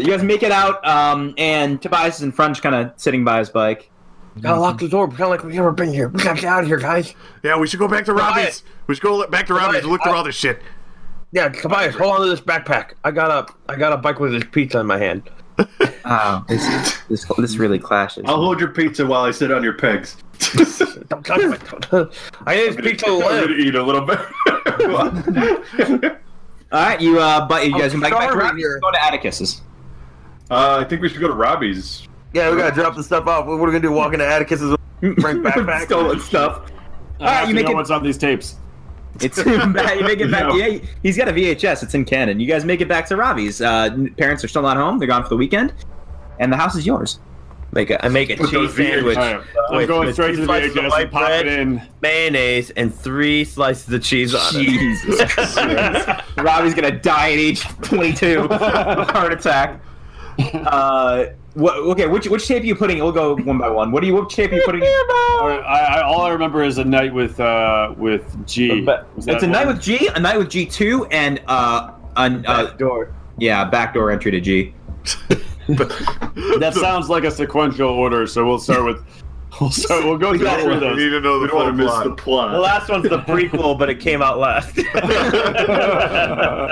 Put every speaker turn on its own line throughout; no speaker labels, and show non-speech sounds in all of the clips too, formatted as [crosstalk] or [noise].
You guys make it out, um, and Tobias is in front, just kind of sitting by his bike.
Gotta lock the door. Pretend like we never been here. We gotta get out of here, guys.
Yeah, we should go back to Robbie's. We should go back to Robbie's and look through all this shit.
Yeah, Tobias, hold on to this backpack. I got a, I got a bike with this pizza in my hand.
Oh, [laughs] this this, this really clashes.
I'll hold your pizza while I sit on your
[laughs]
pegs.
Don't touch my [laughs] I need this pizza to
I'm gonna
live.
eat a little bit. [laughs]
All right, you uh, but you
I'm
guys can bike back to
starving
Robbie's.
here.
Go to Atticus's.
uh, I think we should go to Robbie's.
Yeah, we gotta drop the stuff off. What are we gonna do? Walk into Atticus's bring
[laughs]
backpack?
Stolen stuff.
Uh,
All right,
Uh, you
you make
know
it.
what's on these tapes.
It's [laughs] back, you make it back.
No.
Yeah, he's got a VHS. It's in canon. You guys make it back to Robbie's. Uh, n- parents are still not home. They're gone for the weekend, and the house is yours.
Make a, I make a
Put those
cheese
VHS
sandwich,
All right, I'm
Wait,
going
with
straight
two
to the
slices of
VHS
white
and pop
bread.
it in.
mayonnaise, and three slices of cheese on it.
Jesus, Christ. Robbie's gonna die at age 22 of a heart attack. Uh, what? Okay, which which tape are you putting? We'll go one by one. What are you? What tape are you putting?
[laughs] All right, I, I, all I remember is a night with uh, with G. Was that
It's a night
one?
with G, a night with G two, and uh, an, uh,
door.
yeah, backdoor entry to G.
That sounds like a sequential order, so we'll start with. [laughs] We'll start. We'll go
[laughs] We
through
[laughs]
those.
need
to know
We
the
don't want to miss the
full plot.
plot.
The last one's the prequel, but it came out last.
It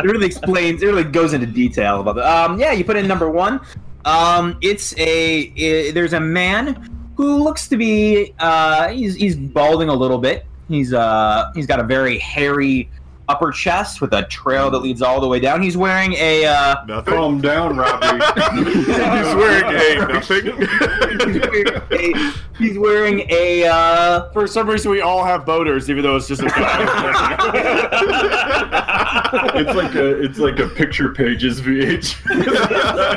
really explains. It really goes into detail about that. Um, yeah, you put in number one. Um, it's a i there's a man who looks to be uh, he's he's balding a little bit. He's uh he's got a very hairy upper chest with a trail that leads all the way down. He's wearing a uh,
Nothing.
Calm down,
[laughs]
Robbie. [laughs]
He's wearing hey, nothing.
[laughs]
he's wearing a, he's wearing a uh,
For some reason, we all have boaters, even though it's just a guy.
it's like a it's like a picture pages VH.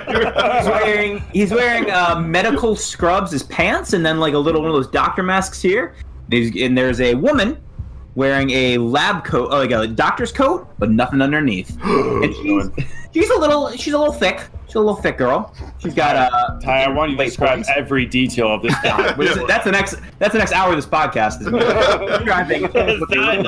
he's wearing he's wearing uh, medical scrubs as pants, and then like a little one of those doctor masks here. And, he's, and there's a woman wearing a lab coat, uh, like a doctor's coat, but nothing underneath. and she's, she's a little she's a little thick. She's a little thick girl. She's got a.
[laughs]
Ty, I want you to describe every detail of this
[laughs]
guy.
Which is, that's the next. That's the next hour of this podcast. Is describing what they look like.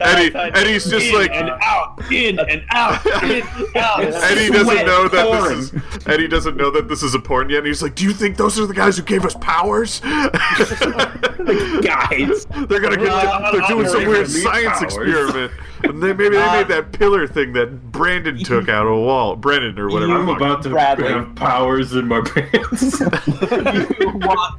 [laughs] Eddie, Eddie's just
in
like
and out, in and out,
[laughs]
in and out.
Eddie
sweat
doesn't know that this
pouring.
is Eddie doesn't know that this is a porn yet. And he's like, "Do you think those are the guys who gave us powers? [laughs] they're
guys.
gonna get
Well,
they're doing some
operating
weird
with meat
science
powers.
experiment. And they, maybe they
Uh,
made that pillar thing that Brandon took out of a wall, Brennan or whatever.
I'm about to
Bradley.
have powers in my pants.
you, wa-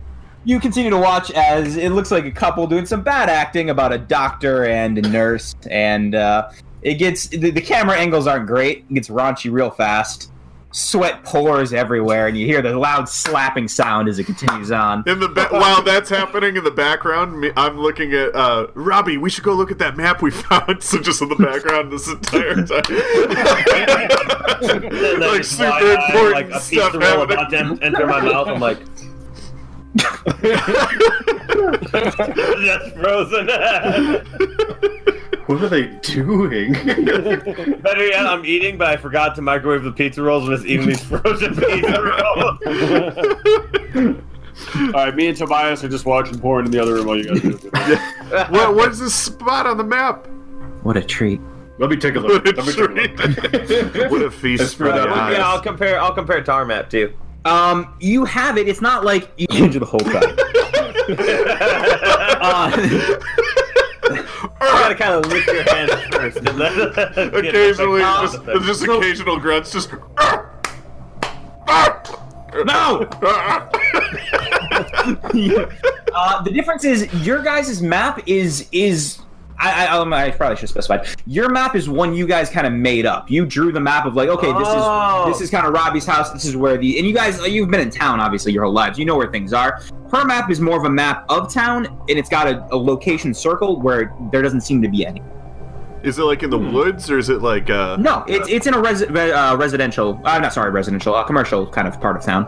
you continue to watch as it looks like a couple doing some bad acting about a doctor and a nurse, and uh, it gets the, the camera angles aren't great. It gets raunchy real fast. Sweat pours everywhere, and you hear the loud slapping sound as it continues on.
In the ba- while that's happening in the background, me, I'm looking at uh, Robbie. We should go look at that map we found. [laughs] So just in the background this entire time, like
That's why
uh,
super
I,
important
like, a
stuff
pizza roll about
happening.
to en- enter my mouth. I'm like, [laughs] that's frozen. [laughs]
what are they doing?
Better yet, I'm eating, but I forgot to microwave the pizza rolls and just eating these frozen pizza rolls.
[laughs]
All right, me and Tobias are just watching porn in the other room while you guys do it.
what, what is this spot on the map?
What a treat!
Let me take a look.
What a,
Let me take a
treat. [laughs] what
look.
a feast for
right.
the
Yeah,
yeah,
[laughs]
I'll
eyes.
compare. I'll compare Tar Map to you. [laughs]
Um, you have it. It's not like [laughs] you can do the whole time. Uh, [laughs]
You gotta kind of lick your hands first.
[laughs]
and then-
Occasionally,
Get
just,
the-
just occasional grunts. Just [laughs] no.
Uh, the difference is your guys' map is is I, I, um, I probably should have specified. Your map is one you guys kind of made up. You drew the map of like, okay, this
Oh.
is this is kind of Robbie's house. This is where the and you guys you've been in town obviously your whole lives. You know where things are. Her map is more of a map of town, and it's got a, a location circled where there doesn't seem to be any.
is it like in the
Hmm.
woods or is it like uh?
No, it's it's in a resi- re- uh, residential. I'm not sorry, residential, uh, commercial kind of part of town.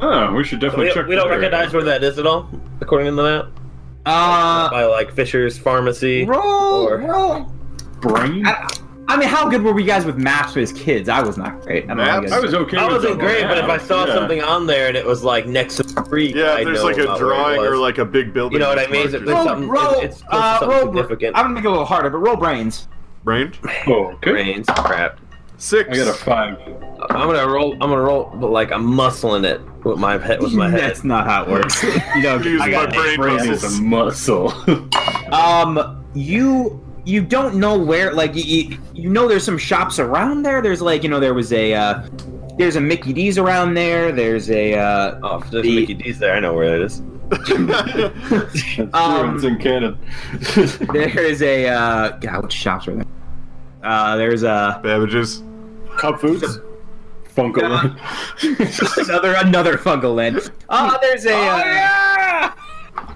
Oh, we should definitely
We,
check.
we don't
that area.
recognize where that is at all, according to the map.
Uh,
By like Fisher's Pharmacy.
roll,
Or-
roll.
brain.
I, I mean, how good were we guys with maps as kids? I was not great. I don't know how you
Maps?
I
guys-
was okay.
I
with
wasn't
that one.
great, but if I saw
Yeah.
something on there and it was like next to the creek,
Yeah,
I'd
there's
know
like a
about where it
drawing
was.
or like a big building.
You know what I
that's
mean?
marked
There's
as-
some-
roll, roll,
something- it's- it's
uh,
something
roll,
significant.
I'm gonna make it a little harder, but roll brains.
Brain?
Oh, okay.
Brains, crap.
Six.
I got a five.
I'm gonna roll. I'm gonna roll, but like I'm muscling it with my head.
[laughs]
[laughs]
With my head.
That's not how it
[laughs]
works. you don't
Use
I
my
got
brain
Brain
muscles.
is a muscle. [laughs]
Um, you you don't know where like you- you, you know there's some shops around there. There's like you know there was a uh, there's a Mickey D's around there. There's a uh, [laughs]
Oh, if there's
The-
Mickey D's there. I know where it is.
[laughs]
[laughs] That's
Um,
true, it's in canon.
there is a uh, God, what shops are there? Uh, there's a
Babbages.
Cup foods.
Funko.
[laughs] another another Fungal Land. Uh, there's a uh,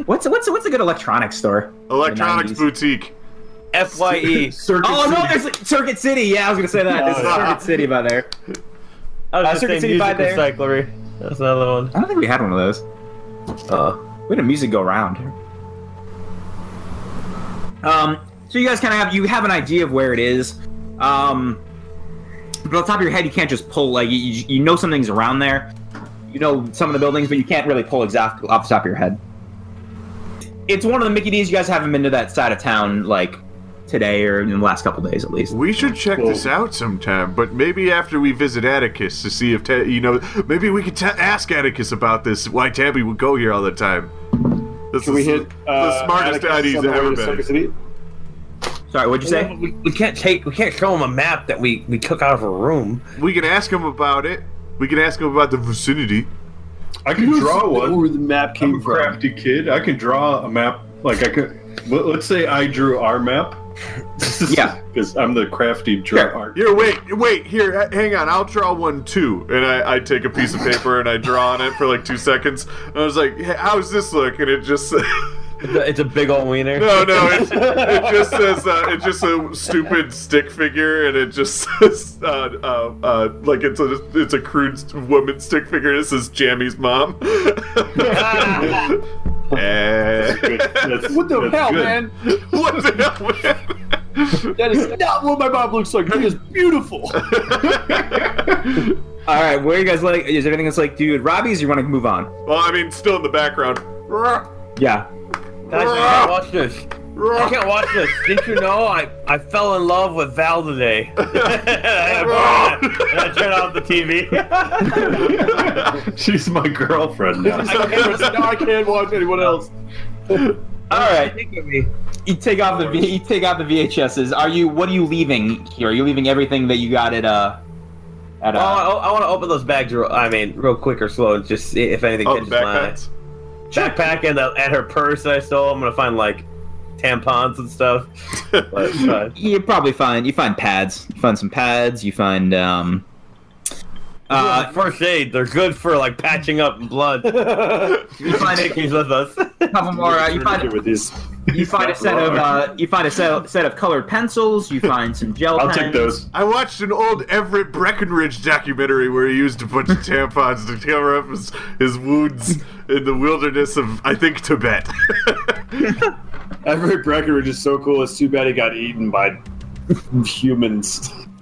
what's what's what's a good electronics store?
Electronics
The 90s.
boutique. E.
[laughs]
[laughs]
Fye.
Circuit
Oh no,
City.
there's Circuit City. Yeah, I was gonna say that. There's
Oh, yeah.
Circuit City by there.
I
Uh,
was just
Circuit
saying
City by
music
there.
recyclery. That's another one.
I don't think we had one of those.
Uh,
We had a music go round. Um, so you guys kind of have you have an idea of where it is, um, but off the top of your head you can't just pull like you, you you know something's around there, you know some of the buildings, but you can't really pull exact off the top of your head. It's one of the Mickey D's. You guys haven't been to that side of town like today or in the last couple days at least.
We should check this out sometime, but maybe after we visit Atticus to see if, ta- you know, maybe we could ta- ask Atticus about this, why Tabby would go here all the time. This
Can we
is
hit uh,
the smartest
Atticus
idea
on the way
ever
to Circuit
been.
City?
Sorry, what'd you say?
we, we can't take. We can't show him a map that we we took out of a room.
We can ask him about it. We can ask him about the vicinity.
I can draw one.
Where the map
I'm
came
a
from?
crafty kid. I can draw a map. Like I could. let- Let's say I drew
[laughs]
our map.
Yeah.
Because I'm the crafty draw
Sure.
art.
Here, wait, wait, here, h- hang on. I'll draw one too. And I, I take a piece of paper and I draw on it for like two seconds. And I was like, "Hey, how's this look? And it just. [laughs]
It's a, it's a big old wiener.
No, no, it, it just says uh, it's just a stupid stick figure, and it just [laughs] says uh, uh, uh, like it's a it's a crude st- woman stick figure. This is Jammy's [laughs] mom. Eh.
That's-
[laughs] What the
that's
hell,
good.
man?
what the hell?
That is not what my mom looks like. That is beautiful.
man?
All right, where you guys like? Is there anything that's like, dude, Robbie's? Or you want to move on?
well, I mean, still in the background.
Yeah.
Guys, I can't watch this. I
Oh,
can't watch this. Did you know I, I fell in love with Val today? [laughs] and I turned off the [laughs] TV.
[laughs] She's my girlfriend now.
I
[laughs]
can't, now I can't watch anyone else.
All right. You take off the v- you take out the VHSs. Are you? What are you leaving here? Are you leaving everything that you got at uh at
Well, I,
uh?
want to open those bags. Real, I mean, real quick or slow, and just see if anything
Oh,
catches
the backpacks.
my eye. Backpack and, the, and her purse that I stole. I'm gonna find like tampons and [laughs] stuff. But, uh,
You probably find you find pads. You find some pads. You find um.
uh,
Uh,
first aid. They're good for like patching up [laughs] blood. you
find
find
it-
it with [laughs] us.
couple more. Uh, you
Get
find
with these.
you find a set of uh, you find a set, set of colored pencils. You find some gel.
[laughs] I'll
pens.
take those.
I watched an old Everett Breckenridge documentary where he used a bunch of tampons to cover up his, his wounds in the wilderness of, I think, Tibet. [laughs]
Everett Breckenridge is so cool. It's too bad he got eaten
[laughs]
by humans.
[laughs]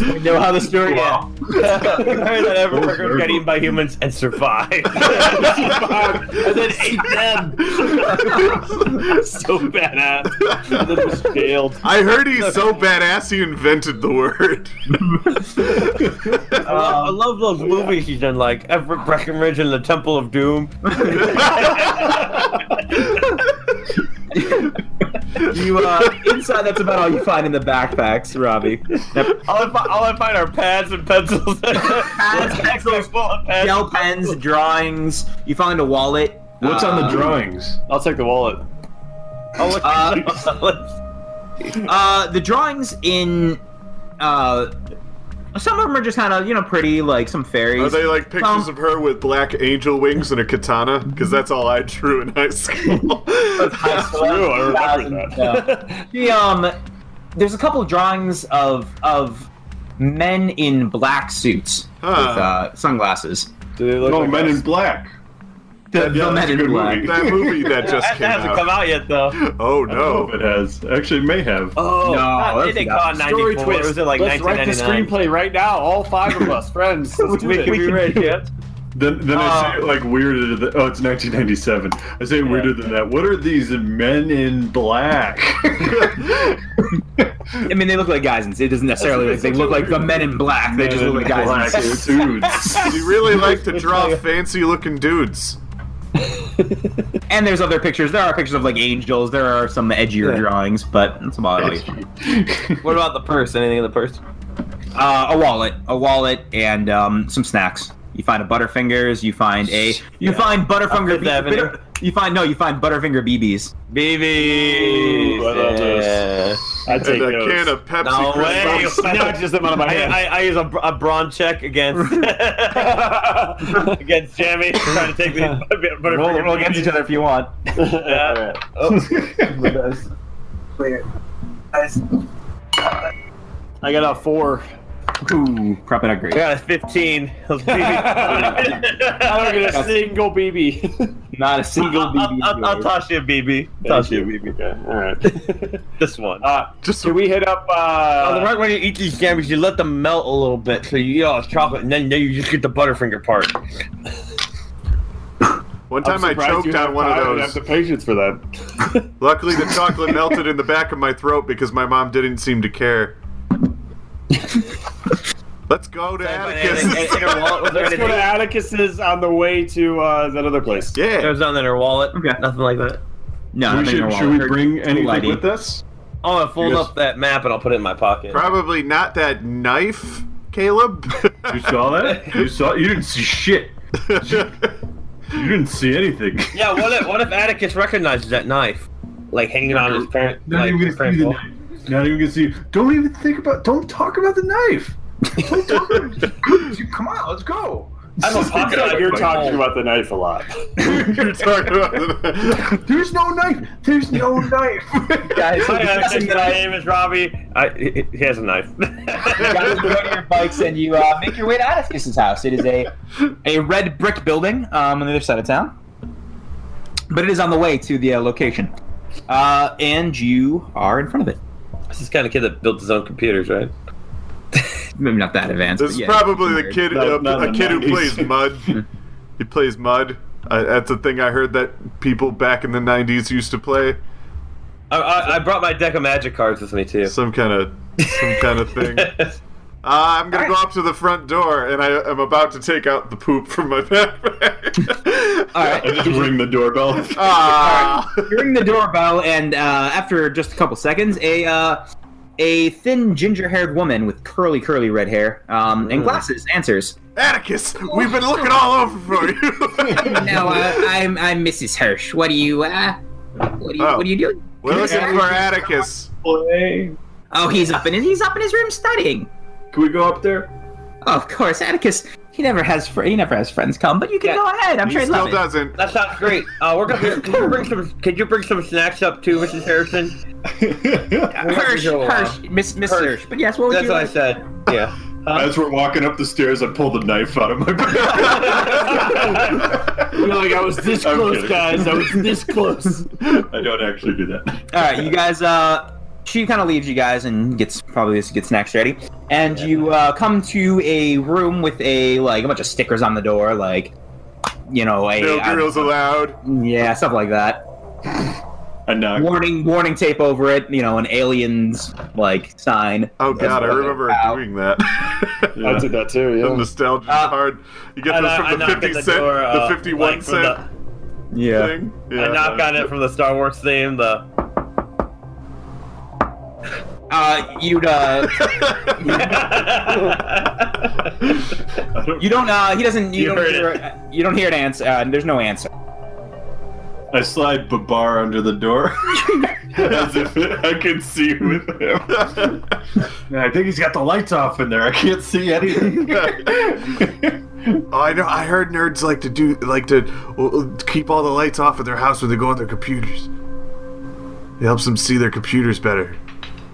we know how the story
Wow.
[laughs]
ends.
Heard that every
Those
worker
are
got eaten
good.
by humans and [laughs] survived. and then ate them. [laughs]
so badass. And then was jailed.
I heard he's so badass he invented the word.
I love, I love those movies she's in, like Everett Breckenridge and the Temple of Doom.
You [laughs] uh, inside. That's about all you find in the backpacks, Robbie.
[laughs]
All I, fi- all I find are pads and pencils. [laughs] pads,
pencils,
full of pads.
Gel pens, drawings. You find a wallet.
What's on the
Uh,
drawings?
I'll take the wallet.
Oh, look, [laughs]
Uh, the drawings in uh, some of them are just kind of you know pretty, like some
Are
fairies.
they like pictures
Um,
of her with black angel wings and a katana? Because that's all I drew in high school.
true, I remember
Yeah. The, um, there's a couple drawings of of men in black suits
Huh.
with uh, sunglasses.
Do they look
Oh,
like
Men
us?
in Black.
The, the Men in Black.
That movie that just
that
came
hasn't
out.
come out yet, though.
Oh
[laughs] I don't know if
no.
it has. Actually, it may have.
Oh,
No,
God,
that's
they didn't
not-
call it 94. It was it like
Let's write the
1999.
screenplay right now. All five of us, friends. Let's do
[laughs] We can
this.
be right, yeah.
Then, then I say
Um,
Uh,
it like weirder than oh, it's 1997. I say it weirder than that. What are these men
[laughs]
in black?
I mean, they look like guys, and it doesn't necessarily like they look like the Men in Black. They just
Men
look
in
like guys.
black
in suits.
dudes.
You really like to draw fancy looking dudes.
And there's other pictures. There are pictures of like angels. There are some edgier drawings, but that's about it.
What about the purse? Anything in the purse?
Uh, a wallet, a wallet, and um, some snacks. You find a Butterfingers. You find a. You find Butterfinger.
Fifth Avenue.
B- you find no. You find Butterfinger BBs.
BBs.
Ooh, I love this. I
And
take
a
those.
can of Pepsi.
No
Crisp. [laughs]
way.
I just them out of my
I,
hand.
I, I use a, br- a brawn check against [laughs] against Jamie trying to take these but
Roll, roll against each other if you want.
Yeah.
I got a four.
Ooh, crap! Not
I
great.
got a [laughs] 15.
I'm gonna get a
I'll,
single BB.
Not a single BB.
I'll, I'll
yours.
toss you a BB. Toss
Thank
you
you, BB. Okay, All right.
this one.
Uh,
Just
Should we hit up?
Uh, the
Uh,
right when you eat these jammies, you let them melt a little bit, so you eat all the chocolate, and then, then you just get the Butterfinger part. [laughs]
one time I
surprised you
choked on
have
one of
time and Have
those.
the patience for that.
Luckily, the
[laughs]
chocolate melted in the back of my throat because my mom didn't seem to care. Let's go to
And- and- and her
Atticus.
wallet was there
Let's go to
anything-
Atticus's on the way to uh, that other place.
There
[laughs] yeah.
was nothing in her wallet.
Okay.
Nothing like that.
No,
we
nothing in your wallet.
should, should we
Her-
bring anything
lighty. [laughs]
with us?
I'm gonna fold
Yes.
up that map and I'll put it in my pocket.
Probably not that knife, Caleb. [laughs]
You saw that? You saw? You didn't see shit. You didn't see anything.
Yeah, what if what if Atticus recognizes that knife, like hanging on
[laughs]
his parent?
Not
like,
even
his
gonna
parent
see the
wall?
knife. Not even gonna see. Don't even think about. Don't talk about the knife. Don't talk about [laughs] it. Come on, let's go.
I'm a pop
Yeah,
shot.
You're talking about the knife a
[laughs]
lot.
You're talking about
[laughs] There's no knife. There's no [laughs] knife.
[laughs]
Guys,
[laughs]
Hi,
guys,
Atticus, my name is Robbie. I, he- he has a knife. [laughs]
guys, go to your bikes and you uh, make your way to Atticus's house. It is a a red brick building um, on the other side of town, but it is on the way to the uh, location, uh, and you are in front of it.
this is the kind of kid that built his own computers, right?
Maybe not that advanced.
This
but
is
yeah,
probably the kid,
No,
uh,
not
a
in the
kid who
90s.
plays mud. he plays mud. Uh, that's a thing I heard that people back in the '90s used to play.
I, I, I brought my deck of magic cards with me too. [laughs]
Some kind of, some kind of thing. Uh, I'm gonna go up to the front door, and I am about to take out the poop from my [laughs] backpack.
All right.
I just ring the [laughs] doorbell.
Ah.
You ring the doorbell, and uh, after just a couple seconds, a uh, a thin, ginger-haired woman with curly, curly red hair um,
Hmm.
and glasses answers.
Atticus, we've been looking all over for
[laughs]
you.
No, uh, I'm I'm Mrs. Hirsch. What do you uh, what do you
Oh.
what are you doing?
We're looking for Atticus.
Play.
Oh, he's up in his, he's up in his room studying.
Can we go up there?
Oh, of course, Atticus. He never has fr- he never has friends come, but you can
Yeah.
go ahead. I'm
He
sure he'd
still
love it.
doesn't.
That sounds great. Uh, we're gonna can you bring some. Could you bring some snacks up too, Mrs. Harrison?
Hirsch,
We're gonna
Hirsch, Miss Miss
Hirsch.
Hirsch. But yes, what would
That's
you?
what I
Like?
[laughs]
said. Yeah.
[laughs] As we're walking up the stairs, I pull the knife out [laughs] of my
You're
backpack.
like I was this
I'm
close,
kidding.
guys. I was this close.
[laughs] I don't actually do that.
All right, you guys. Uh, she kind of leaves you guys and gets probably gets snacks ready, and you uh, come to a room with a like a bunch of stickers on the door, like you know, a
No
I-
girls allowed.
yeah, stuff like that.
I knock.
Warning, warning tape over it. You know, an aliens like sign.
Oh god, I
what I
remember
found.
doing that.
I
[laughs]
did that too.
The
Yeah.
nostalgia is
Uh,
hard. You get
And
those
I- I
from the
knock at
fifty cent,
door,
the
uh,
fifty
like
one
from the-
cent thing.
I knock on it from the Star Wars theme. The
[laughs]
Uh, you'd uh,
[laughs]
I don't-
you don't. Uh, he doesn't. You,
You
don't
heard
hear.
it.
You don't hear an answer. Uh, there's no
[laughs]
answer.
I slide Babar under the door [laughs] as if I could see with him.
[laughs]
[laughs]
[laughs]
I think he's got the lights off in there. I can't see anything.
Oh, I know. I heard nerds like to do like to well, keep all the lights off of their house when they go on their computers. It helps them see their computers better.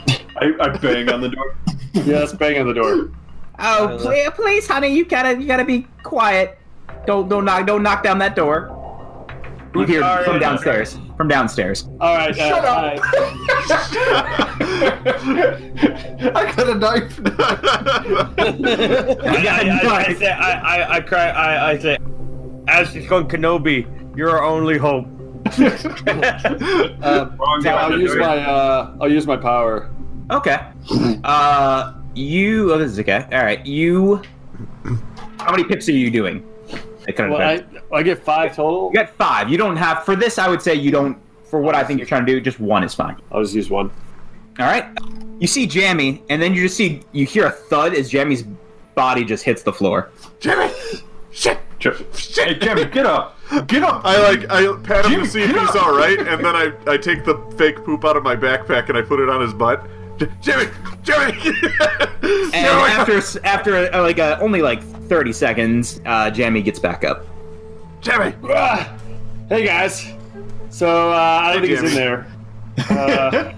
[laughs] I, I bang on the door.
yes, bang on the
[laughs]
door.
Oh,
Uh,
please, please, honey, you gotta, you gotta be quiet. Don't, don't knock, don't knock down that door. You hear
Sorry.
from downstairs. From downstairs.
All right. uh,
Shut
all
up.
right.
I got a
[laughs]
knife.
I, I, I,
[laughs]
I
Nice.
say, I, I, I cry, I, I say, Ashley-kun Kenobi, you're our only hope.
[laughs]
Uh,
guy.
I'll use my uh, I'll use my power.
okay. Uh, you. Oh, this is okay. All right. You. How many pips are you doing? I couldn't
Well,
find-
I, I get five total.
You got five. You don't have for this. I would say you don't. For what I think you're trying to do, just one is fine.
I'll just use one.
All right. You see Jammy, and then you just see you hear a thud as Jammy's body just hits the floor.
Jimmy! Shit! Shit!
hey, Jimmy, get up. Get up.
I like I pat him
Jimmy,
to see if
get
he's
up.
all right, and then I I take the fake poop out of my backpack and I put it on his butt. J- Jimmy, Jimmy. [laughs]
And
Jimmy!
after after uh, like uh, only like thirty seconds, uh, Jammy gets back up.
Jimmy,
Ah! Hey guys. So uh, I don't
Hey,
think he's
Jimmy.
in there. Uh,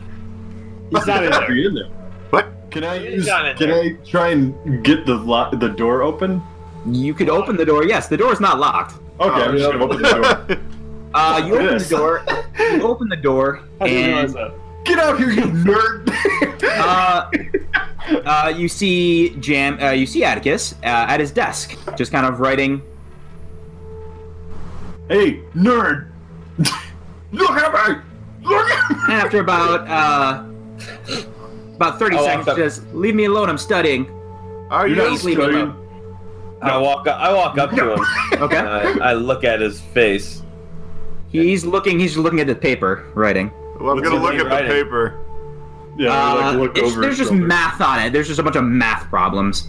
he's not
[laughs]
in
Are
there.
you in there?
what?
Can I
He's
use?
not in
Can I try and get the lo- the door open?
You could open the door. Yes, the door is not locked.
Okay, I'm
Oh,
just gonna open the door.
[laughs]
Uh, you open the
Yes.
door. You open the door,
I didn't realize
and
that.
Get out here, you nerd!
uh, uh, you see Jam. Uh, you see Atticus uh, at his desk, just kind of writing.
[laughs] hey, nerd! Look at me! Look at
And
me!
after about uh, about thirty
Oh, I'm
seconds,
sorry.
just leave me alone. I'm studying.
Are you?
You're not
Please leave me
studying.
alone.
I walk up, I walk up to him.
Okay.
and I, I look at his face.
He's looking. He's looking at the paper writing.
Well, I'm
What's
gonna
he
look at the
writing?
paper.
Yeah,
Uh,
like look
it's-
over.
there's
his
just
shoulder.
math on it. There's just a bunch of math problems.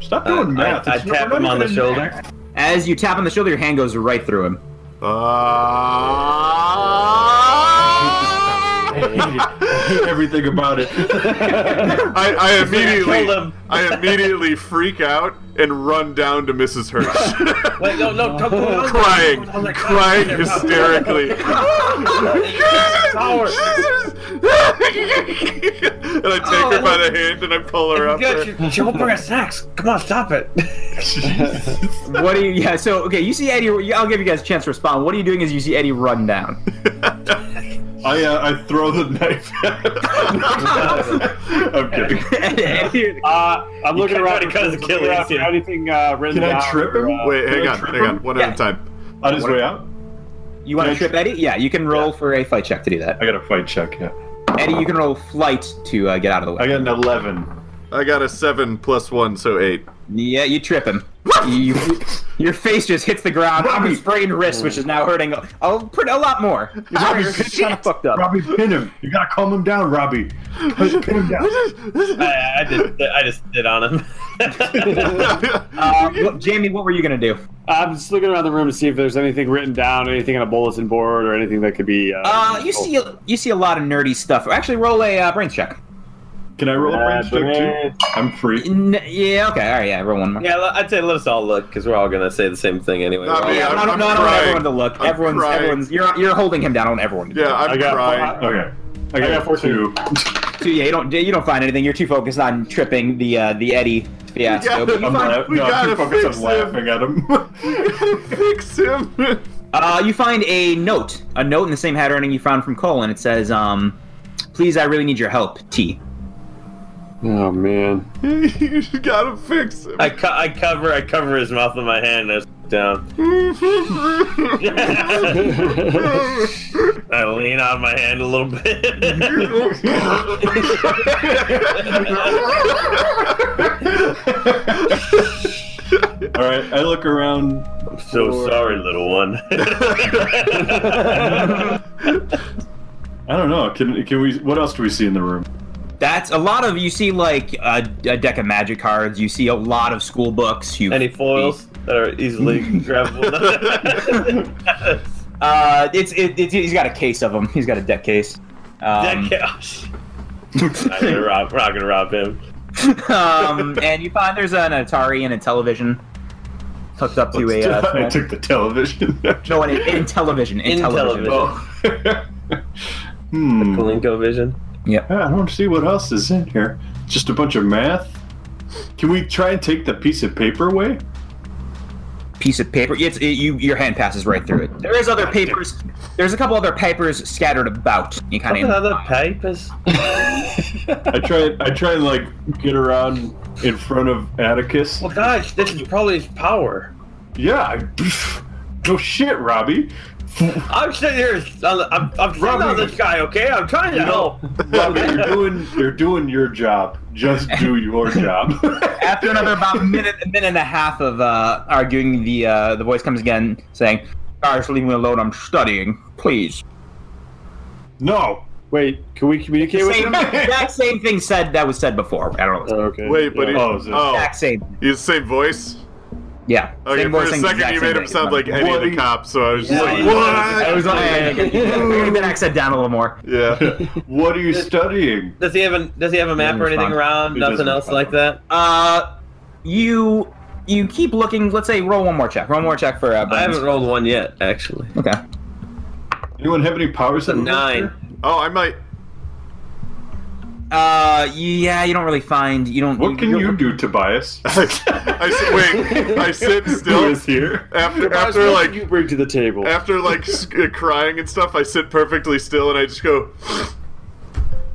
Stop
Uh,
doing
I-
math.
I,
It's not-
tap
we're
him
not
on the
even-
shoulder.
As you tap on the shoulder, your hand goes right through
[laughs]
him.
Ah!
Uh,
I hate it. I hate everything about it. [laughs]
I, I immediately
Kill him.
I immediately freak out and run down to Mrs. Hirsch,
Wait, no, no,
[laughs]
don't go down.
crying, crying
[laughs]
hysterically.
Power.
and I take her by the hand and I pull her up.
Yeah, she, she won't bring us snacks. Come on,
[laughs]
stop it.
What do you? Yeah. So okay, you see Eddie. I'll give you guys a chance to respond. What are you doing? As you see Eddie run
[laughs]
down.
I uh, I throw the knife. [laughs] I'm kidding.
Eddie-
Uh, I'm looking
can't
around
try to cut his
looking around
Achilles
for
here.
anything uh, written
Can I
down
trip
or,
him?
uh,
Wait, hang
Can I
on,
trip
hang on,
him?
one at
Yeah.
a time.
On his way out.
you want
Can
to
I
trip Eddie? Yeah, you can roll for a fight check to do that.
I got a fight check. Yeah,
Eddie, you can roll flight to uh, get out of the way.
I got an eleven.
I got a seven plus one, so eight.
Yeah, you trip him. you, your face just hits the ground on his sprained wrist, which is now hurting a, a, pretty- a lot more. Your
Robbie,
finger is
shit.
kinda fucked up.
Robbie, pin him. You gotta calm him down, Robbie. Pin him down.
[laughs] I, I just, I just did on him.
[laughs]
Uh, what- Jamie, what were you gonna do?
I'm just looking around the room to see if there's anything written down, anything on a bulletin board, or anything that could be. Uh,
Uh, you see, you see a lot of nerdy stuff. Actually, roll a uh, brains check.
Can I roll a
Uh,
brain check too? I'm free.
N- yeah, okay, all right, yeah, roll one more.
yeah, l- I'd say let us all look because we're all gonna say the same thing anyway.
Not
We're all-
me,
Yeah,
I'm-
I don't,
I'm
no, I don't want
crying.
everyone to look.
I'm
everyone's,
crying.
everyone's. You're, you're holding him down. I don't want everyone. To
[laughs] yeah, I'm
I got
crying.
Okay. I got,
got 14.
two.
So, yeah, you don't, you don't find anything. You're too focused on tripping the uh, the Eddie fiasco.
Yeah,
but you
I'm,
find-
la-
we
no, I'm
gotta
too focused
fix
on laughing at him.
Fix him.
Uh, you find a note, a note in the same handwriting you found from Cole, and it says, um, "Please, I really need your help." T.
oh man.
you gotta fix him.
I, co- I cover, I cover his mouth with my hand. And I sit down. I lean on my hand a little bit.
[laughs]
[laughs] All right, I look around.
I'm so sorry, little
[laughs]
one.
I don't know. Can can we? What else do we see in the room?
That's a lot of you see like a, a deck of magic cards. You see a lot of school books. You
Any foils that are
[laughs]
easily [laughs] grabbable?
Uh, it's it, it's he's got a case of them. [laughs] He's got a deck case. Um,
that chaos. [laughs] Not gonna rob, we're not gonna rob him.
[laughs] um, and you find there's an Atari and a television hooked up to a. Uh, [laughs]
I took the television. [laughs]
no, an in television. In,
In
television.
television.
hmm.
Kalinko vision.
Yeah, I don't see what else is in here. Just a bunch of math. Can we try and take the piece of paper away?
piece of paper. It's it, you. Your hand passes right through it. There is other papers. There's a couple other papers scattered about. You kind of
Another papers.
I try. I try and like get around in front of Atticus.
Well, gosh, this is probably his power.
Yeah. I- [laughs] No shit, Robbie.
I'm sitting here. I'm, I'm, I'm sitting on this guy. Okay, I'm trying to [laughs] help.
Robbie, you're doing. You're doing your job. Just do your job.
[laughs] after another
[laughs]
about minute, a minute and a half of uh, arguing, the uh, the voice comes again, saying, "Guys, leave me alone. I'm studying, please."
no.
Wait, can we communicate with
Same,
him?
exact same thing said that was said before. I don't know.
Oh, okay.
Wait, but he,
Oh, is
oh,
it-
Exact same.
you same voice.
Yeah.
Okay,
same
for
voice
a
saying the
second
exact
you
same
made him
thing.
sound like Eddie
What?
the cop, so I was just
Yeah,
like,
he-
I was
what?
like, [laughs] yeah,
[laughs]
yeah, yeah, yeah. that accent down a little more.
Yeah.
[laughs] What are you studying?
Does he have a Does he have a map or anything
respond.
around?
He
Nothing
doesn't
else like that.
Uh, you you keep looking. Let's say roll one more check. Roll one more check for. Uh,
I
Bones.
haven't rolled one yet, actually.
Okay.
Anyone have any powers?
It's a
that- [laughs]
nine.
Oh, I might.
Uh, yeah, you don't really find you don't.
What can
you're-
you do, Tobias?
[laughs] I, sit- wait.
[laughs]
I sit
Who
still
is here?
after
Tobias,
after
what
like
can you bring to the table.
after
[laughs]
like sc- crying and stuff. I sit perfectly still and I just go.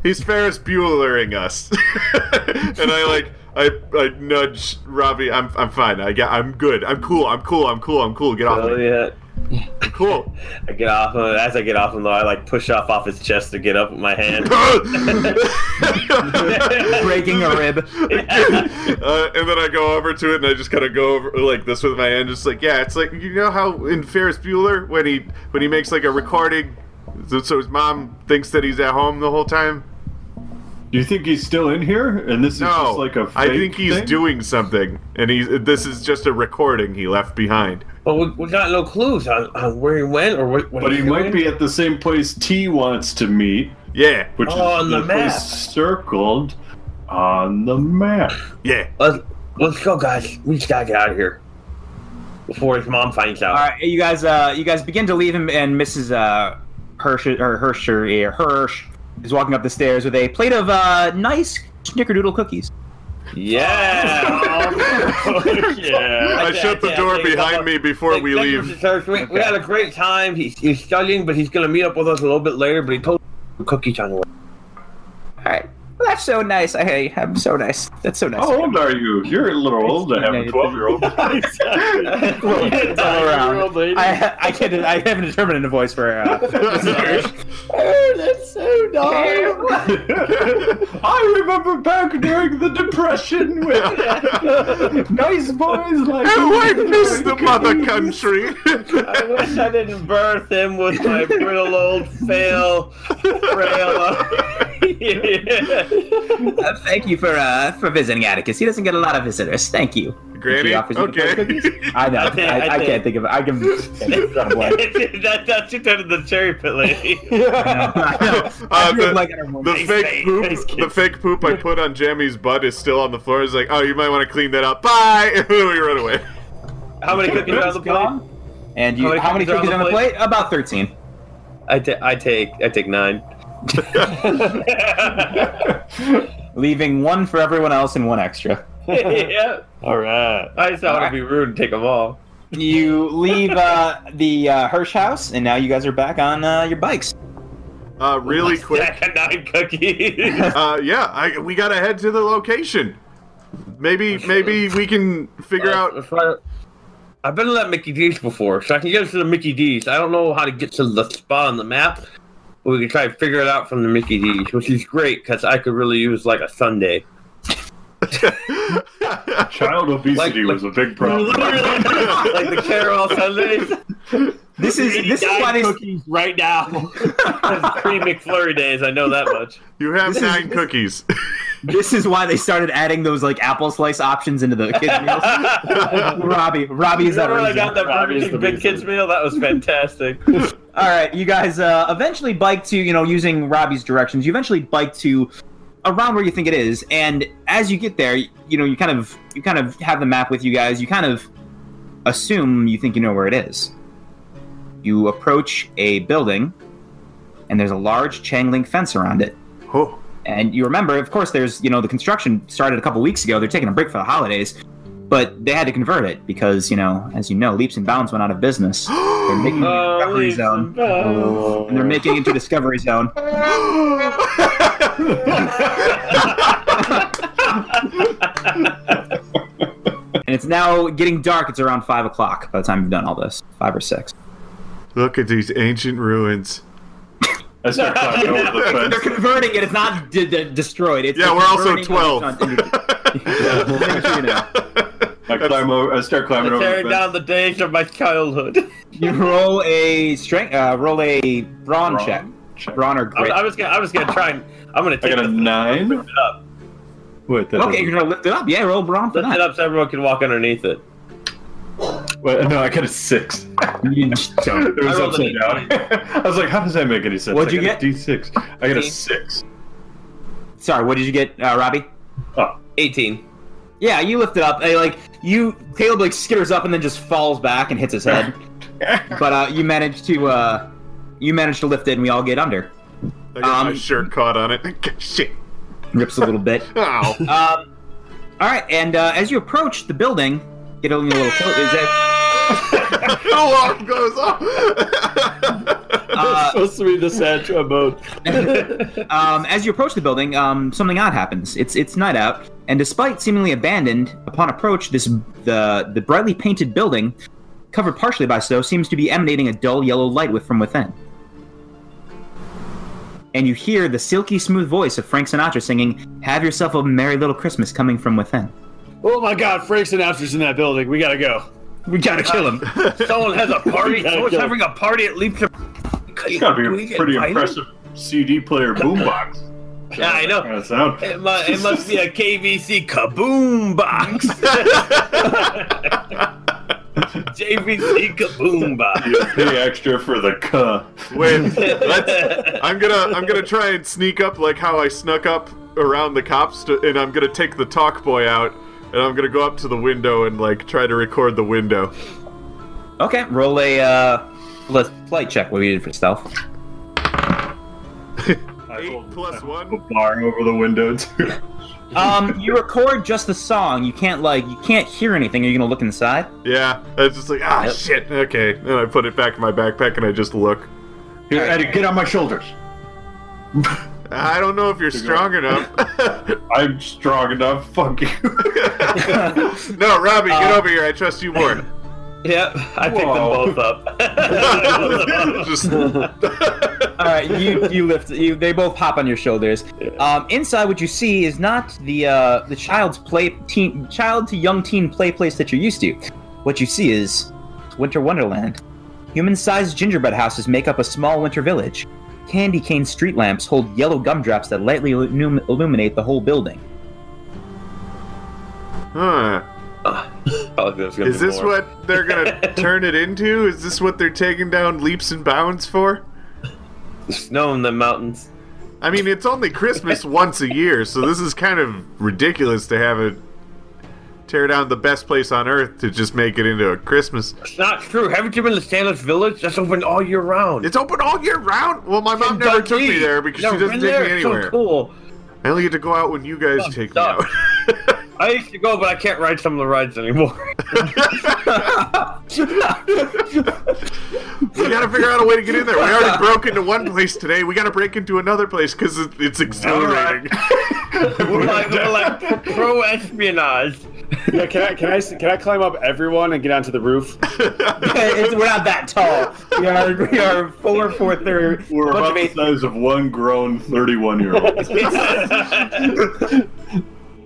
He's Ferris Buellering us, [laughs] and I like I I nudge Robbie. I'm I'm fine. I got I'm good. I'm cool. I'm cool. I'm cool. I'm cool. Get off
Oh
me.
yeah.
I'm cool. [laughs]
I get off him. As I get off him, though, I like push off off his chest to get up with my
[laughs]
hand.
breaking a rib?
[laughs] uh, and then I go over to it and I just kind of go over like this with my hand, just like yeah, it's like you know how in Ferris Bueller when he when he makes like a recording, so, so his mom thinks that he's at home the whole time.
Do you think he's still in here? And this is
No,
just like a fake
I think he's
thing?
doing something, and he's this is just a recording he left behind.
but we, we got no clues on, on where he went or what. what
But he
he's
might
doing.
be at the same place T wants to meet,
Yeah,
which
On
is
the map.
place circled on the map.
yeah.
Let's, let's go, guys. We just gotta get out of here before his mom finds out.
All right, you guys. Uh, you guys begin to leave him, and Mrs. Uh, Hirsch or Hirscher eh, Hirsch is walking up the stairs with a plate of uh, nice snickerdoodle cookies.
[laughs] Oh, Yeah. yeah.
I shut the door behind me before we leave.
We, we had a great time. He's, he's studying, but he's gonna meet up with us a little bit later. But he told cookies on the way.
All right, well, that's so nice. I, hey, I'm so nice. That's so nice.
How old are you? You're a little old to have a 12 year
[laughs]
old.
[laughs]
It's all around. I, I can't. I haven't determined a voice for. Uh,
[laughs]
Oh, [laughs] I remember back during the Depression with [laughs] nice boys like
I miss
[laughs]
the mother country.
I wish I didn't birth him with my brittle old fail, [laughs] frail.
uh, thank you for uh, for visiting Atticus. He doesn't get a lot of visitors. Thank you.
Granny,
She offers you the
okay.
plate of cookies?
[laughs]
I know.
I
I,
did, I
I,
did.
can't think of. it. I can.
[laughs] that, that's you done to the cherry pit [laughs] lady.
I know. I
Uh,
feel
the-
like I don't remember.
The fake poop,
face
the fake poop I put on Jamie's butt is still on the floor. He's like, "Oh, you might want to clean that up." Bye, [laughs] and then we run
[laughs]
away.
How many cookies are on the plate?
And you,
How many
how many cookies on the plate? About thirteen.
I, ta- I take I take [laughs] nine.
leaving one for everyone else and one extra.
yeah. All right. I just thought
All right.
it'd be rude to take them all.
You leave uh, the uh, Hirsch house, and now you guys are back on uh, your bikes.
Uh, really quick.
Stack of nine cookies.
Uh, yeah, I, we gotta head to the location. Maybe, maybe we can figure out. [laughs]
I've been to that Mickey D's before, so I can get us to the Mickey D's. I don't know how to get to the spot on the map, but we can try to figure it out from the Mickey D's, which is great because I could really use like a Sunday. [laughs]
Child obesity
Like-
was a big
Literally,
problem.
like the caramel [laughs] Sundays.
This is this is
Nine
why this,
cookies right [laughs] now. It's [laughs] pre McFlurry days. I know that much.
You have
This is-
nine cookies. [laughs]
this is why they started adding those like apple slice options into the kids meals.
[laughs]
Robbie, Robbie is that
Remember when I
reason.
got that
Robbie's
Burger King
the
Big
reason.
Kids meal? That was fantastic.
All right, you guys uh, eventually bike to you know using Robbie's directions. You eventually bike to around where you think it is, and as you get there, you know you kind of you kind of have the map with you guys. You kind of assume you think you know where it is. You approach a building, and there's a large chain link fence around it.
Oh,
[gasps] And you remember, of course, there's you know the construction started a couple weeks ago. They're taking a break for the holidays, but they had to convert it because you know, as you know, Leaps and Bounds went out of business. [gasps] They're making it into
Oh,
Discovery Zone, and they're making it into Discovery Zone. And it's now getting dark. It's around five o'clock by the time you've done all this, five or six.
Look at these ancient ruins.
[laughs]
I start climbing over the
They're
fence.
converting it. It's not d- d- destroyed. It's
Yeah,
they're
we're also
converting it.
twelve.
It's not
[laughs]
injured. You know.
I climb over. I start climbing
I'm
over the
tearing
fence.
down the days of my childhood.
[laughs] You roll a strength. Uh, roll a brawn,
Brawn
check.
check.
Brawn or
I'm,
grit.
I'm just gonna, I'm just gonna try and I'm gonna
I
take
got a
this,
nine.
it up,
What? That
okay, you're gonna lift it up. Yeah, roll brawn for
lift it
that. [laughs]
up so everyone can walk underneath it.
doesn't- Wait, no, I got a six.
You just don't.
It was
I rolled
upside
an
down. [laughs] I was like, how does that make any sense?
What'd
I
you
got
get?
a D6. I got a
See?
six.
Sorry, what did you get, uh, Robbie?
18.
Yeah, you lift it up. And, like you, Caleb like skitters up and then just falls back and hits his [laughs] head. but uh, you manage to uh, you manage to lift it, and we all get under.
I got my
Um,
shirt caught on it. [laughs] Shit.
Rips a little bit.
Ow. [laughs]
Um, all right, and uh, as you approach the building, get a little. Is that,
the alarm goes off.
uh,
supposed to be the
[laughs]
sad trombone.
[laughs] um, as you approach the building, um, something odd happens. It's it's night out, and despite seemingly abandoned, upon approach, this the the brightly painted building, covered partially by snow, seems to be emanating a dull yellow light with from within. And you hear the silky smooth voice of Frank Sinatra singing "Have Yourself a Merry Little Christmas" coming from within.
Oh my God, Frank Sinatra's in that building. We gotta go.
We gotta kill him.
[laughs] Someone has a party.
Gotta
Someone's
go.
having a party at Leap.
It's gotta be a pretty impressive CD player
[laughs]
boombox.
Yeah, I know.
Kinda sound.
It
[laughs]
must, it must be a KVC kaboom box. [laughs] JVC kaboom box.
You pay extra for the cuh.
[laughs]
[laughs]
Wait, let's, I'm gonna I'm gonna try and sneak up like how I snuck up around the cops, to, and I'm gonna take the talk boy out, and I'm gonna go up to the window and like try to record the window.
Okay, roll a uh, let's play check. What we did for stealth.
Eight plus one.
Bar over the window too.
Um, you record just the song. You can't like you can't hear anything. Are you gonna look inside?
Yeah, I was just like ah
Yep.
shit. Okay, and I put it back in my backpack and I just look.
Here, Eddie, get on my shoulders.
I don't know if you're strong enough. [laughs]
I'm strong enough. Fuck you.
no, Robbie, get
Uh,
over here. I trust you more.
[laughs]
[laughs]
Yep, I picked
Whoa.
them both [laughs] up.
just
All right, you you lift you. They both hop on your shoulders. Um, inside, what you see is not the uh, the child's play teen child to young teen play place that you're used to. What you see is Winter Wonderland. Human-sized gingerbread houses make up a small winter village. Candy cane street lamps hold yellow gumdrops that lightly illum- illuminate the whole building.
huh. Is this what they're gonna turn it into? Is this what they're taking down leaps and bounds for?
snow in the mountains?
I mean, it's only Christmas once a year, so this is kind of ridiculous to have it tear down the best place on earth to just make it into a Christmas.
It's not true. Haven't you been to Sandwich Village? That's open all year round.
It's open all year round. Well, my mom never took me
Dundee.
there because
Never
she doesn't
been
take
there?
me
It's so
anywhere.
cool.
I only get to go out when you guys
Oh,
take me
stop.
out.
I used to go, but I can't ride some of the rides
[laughs]
anymore. [laughs]
we gotta figure out a way to get in there. We already broke into one place today. We gotta break into another place because it, it's exhilarating.
we're like, we're like pro espionage.
Yeah, can I can I can I climb up everyone and get onto the roof?
It's- we're not that tall. We are we are four four three.
We're
bunch
about
of
the size of one grown 31 year old.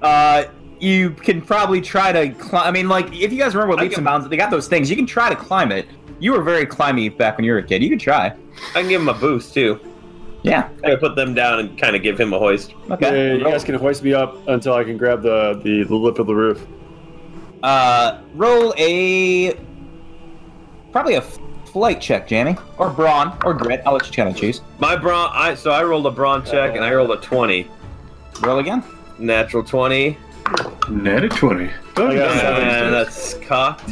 Uh, you can probably try to climb. I mean, like if you guys remember what leaps and bounds, they got those things. You can try to climb it. You were very climby back when you were a kid. You could try.
I can give him a boost too.
Yeah.
I can put them down and kind of give him a hoist.
Okay.
Yeah, you guys can hoist me up until I can grab the the, the lip of the roof.
Uh, roll a probably a flight check, Jamie, or brawn, or grit. I'll let you kind of choose.
My brawn, I so I rolled a brawn check and I rolled a twenty,
Roll again.
natural twenty,
Net at 20. Don't
I got
you-
seven.
and Uh, that's cocked,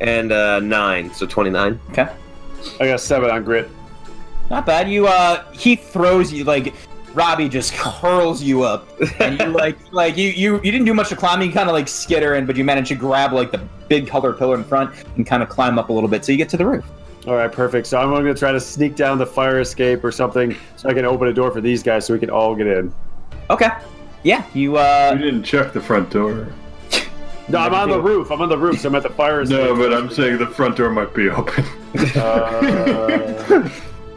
and uh, nine, so twenty nine.
Okay.
I got seven on grit.
Not bad. You uh, he throws you like Robbie just [laughs] curls you up, and you like [laughs] like you you you didn't do much of climbing. You kind of like skitter in, but you managed to grab like the big color pillar in front and kind of climb up a little bit, so you get to the roof.
All right, perfect. So I'm going to try to sneak down the fire escape or something so I can open a door for these guys so we can all get in.
Okay, yeah, you
You
uh
didn't check the front door.
No, I'm on the roof. I'm on the roof, so I'm at the fire escape.
No, but I'm saying the front door might be
[laughs]
open.
Uh,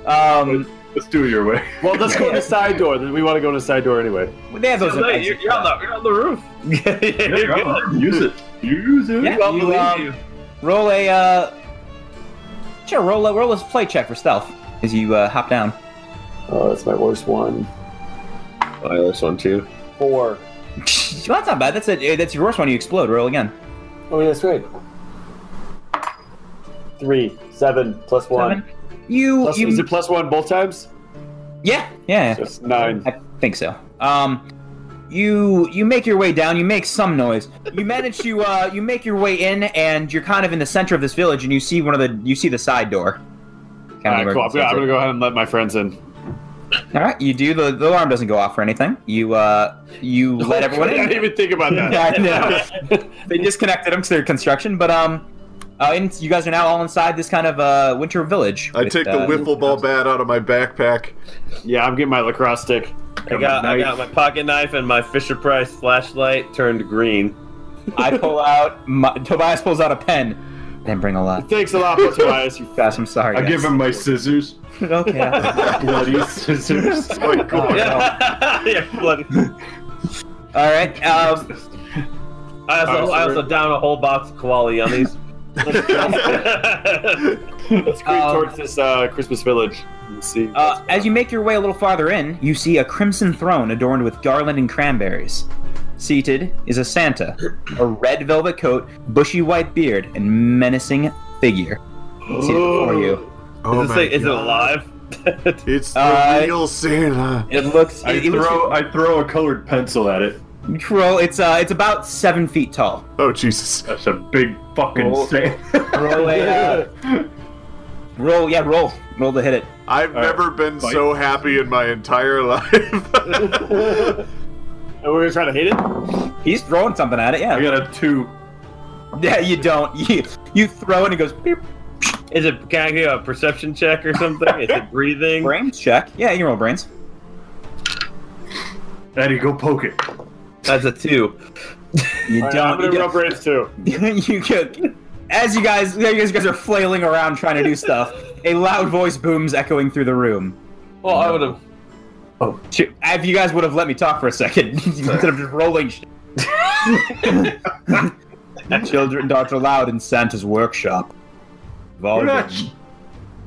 um
Let's do it your way.
well, let's go to the side door. Then We want to go to the side door anyway.
they have those.
You're, late.
exit
Oh, You're- you're on the, you're on the roof. You're good.
Use it. Use it.
Yeah,
I'll
you,
believe
um,
you.
Roll a uh, sure. Roll a roll a play check for stealth as you uh, hop down. [laughs]
Oh, that's my worst one.
Oh, I this one too.
Four.
Well, that's not bad. That's a, that's your worst one. You explode. Roll again.
Oh, yeah, that's great. Three, seven, plus one.
Seven. You
Plus,
you
is it plus one both times?
yeah yeah.
That's nine.
I think so. Um, you you make your way down. You make some noise. You manage to uh, you make your way in, and you're kind of in the center of this village, and you see one of the you see the side door.
All
Kind
right,
of
cool. I'm
emergency
gonna, I'm
exit.
gonna go ahead and let my friends in.
All right, you do the, the alarm doesn't go off or anything. You uh
[laughs]
you let everyone
I
in.
didn't even think about that. [laughs]
Yeah, [laughs] I know. they disconnected them to their construction, but um, uh, and you guys are now all inside this kind of uh, winter village.
I
with,
take the
uh,
wiffle ball bat out of my backpack.
Yeah, I'm getting my lacrosse stick.
I got, I got my pocket knife and my Fisher Price flashlight turned [laughs] green.
I pull out. My, [laughs] Tobias pulls out a pen. I didn't bring a lot.
Thanks a lot, Tobias. You
Guys, I'm sorry.
I
guys.
give him my scissors.
[laughs] okay.
[laughs]
Bloody scissors.
Oh
My God.
Yeah, [laughs] yeah bloody.
all
[laughs]
right. Um,
I also,
All right, so
I also
we're-
down a whole box of koala [laughs] yummies. Oh
Let's creep
Um,
towards this uh, Christmas village and see.
uh, as you make your way a little farther in, you see a crimson throne adorned with garland and cranberries. Seated is a
[clears throat]
Santa, a red velvet coat, bushy white beard, and menacing figure. Seated before you.
Oh
is, this
my
thing, is it
God.
alive?
It's the
Uh,
real Santa.
It looks.
I
it- it looks-
throw I throw a colored pencil at it.
Roll. It's uh, it's about seven feet tall.
Oh Jesus!
That's a big fucking
Roll.
sand.
Roll, a, uh, roll, yeah, roll, roll to hit it.
I've never been
Bite.
so happy in my entire [laughs]
[laughs]
life.
and we're gonna try to hit it.
He's throwing something at it.
[laughs] I
Yeah,
got a two.
yeah. You don't. You you throw and it goes. Beep.
Is it? Can I do a perception check or something? Is [laughs] it breathing?
Brains check. Yeah, you can roll brains.
Eddie, go poke it.
That's a two.
You
All right,
don't.
I'm gonna
you
rub
[laughs]
brains too.
get- [laughs] you get. As you guys, yeah, you guys, guys are flailing around trying to do stuff. A loud voice booms, echoing through the room. Oh,
Well, I would have.
Shoot, If you guys would have let me talk for a second [laughs] instead of just rolling. [laughs] Shit. Children dart aloud in Santa's workshop. We've all
You're not-
been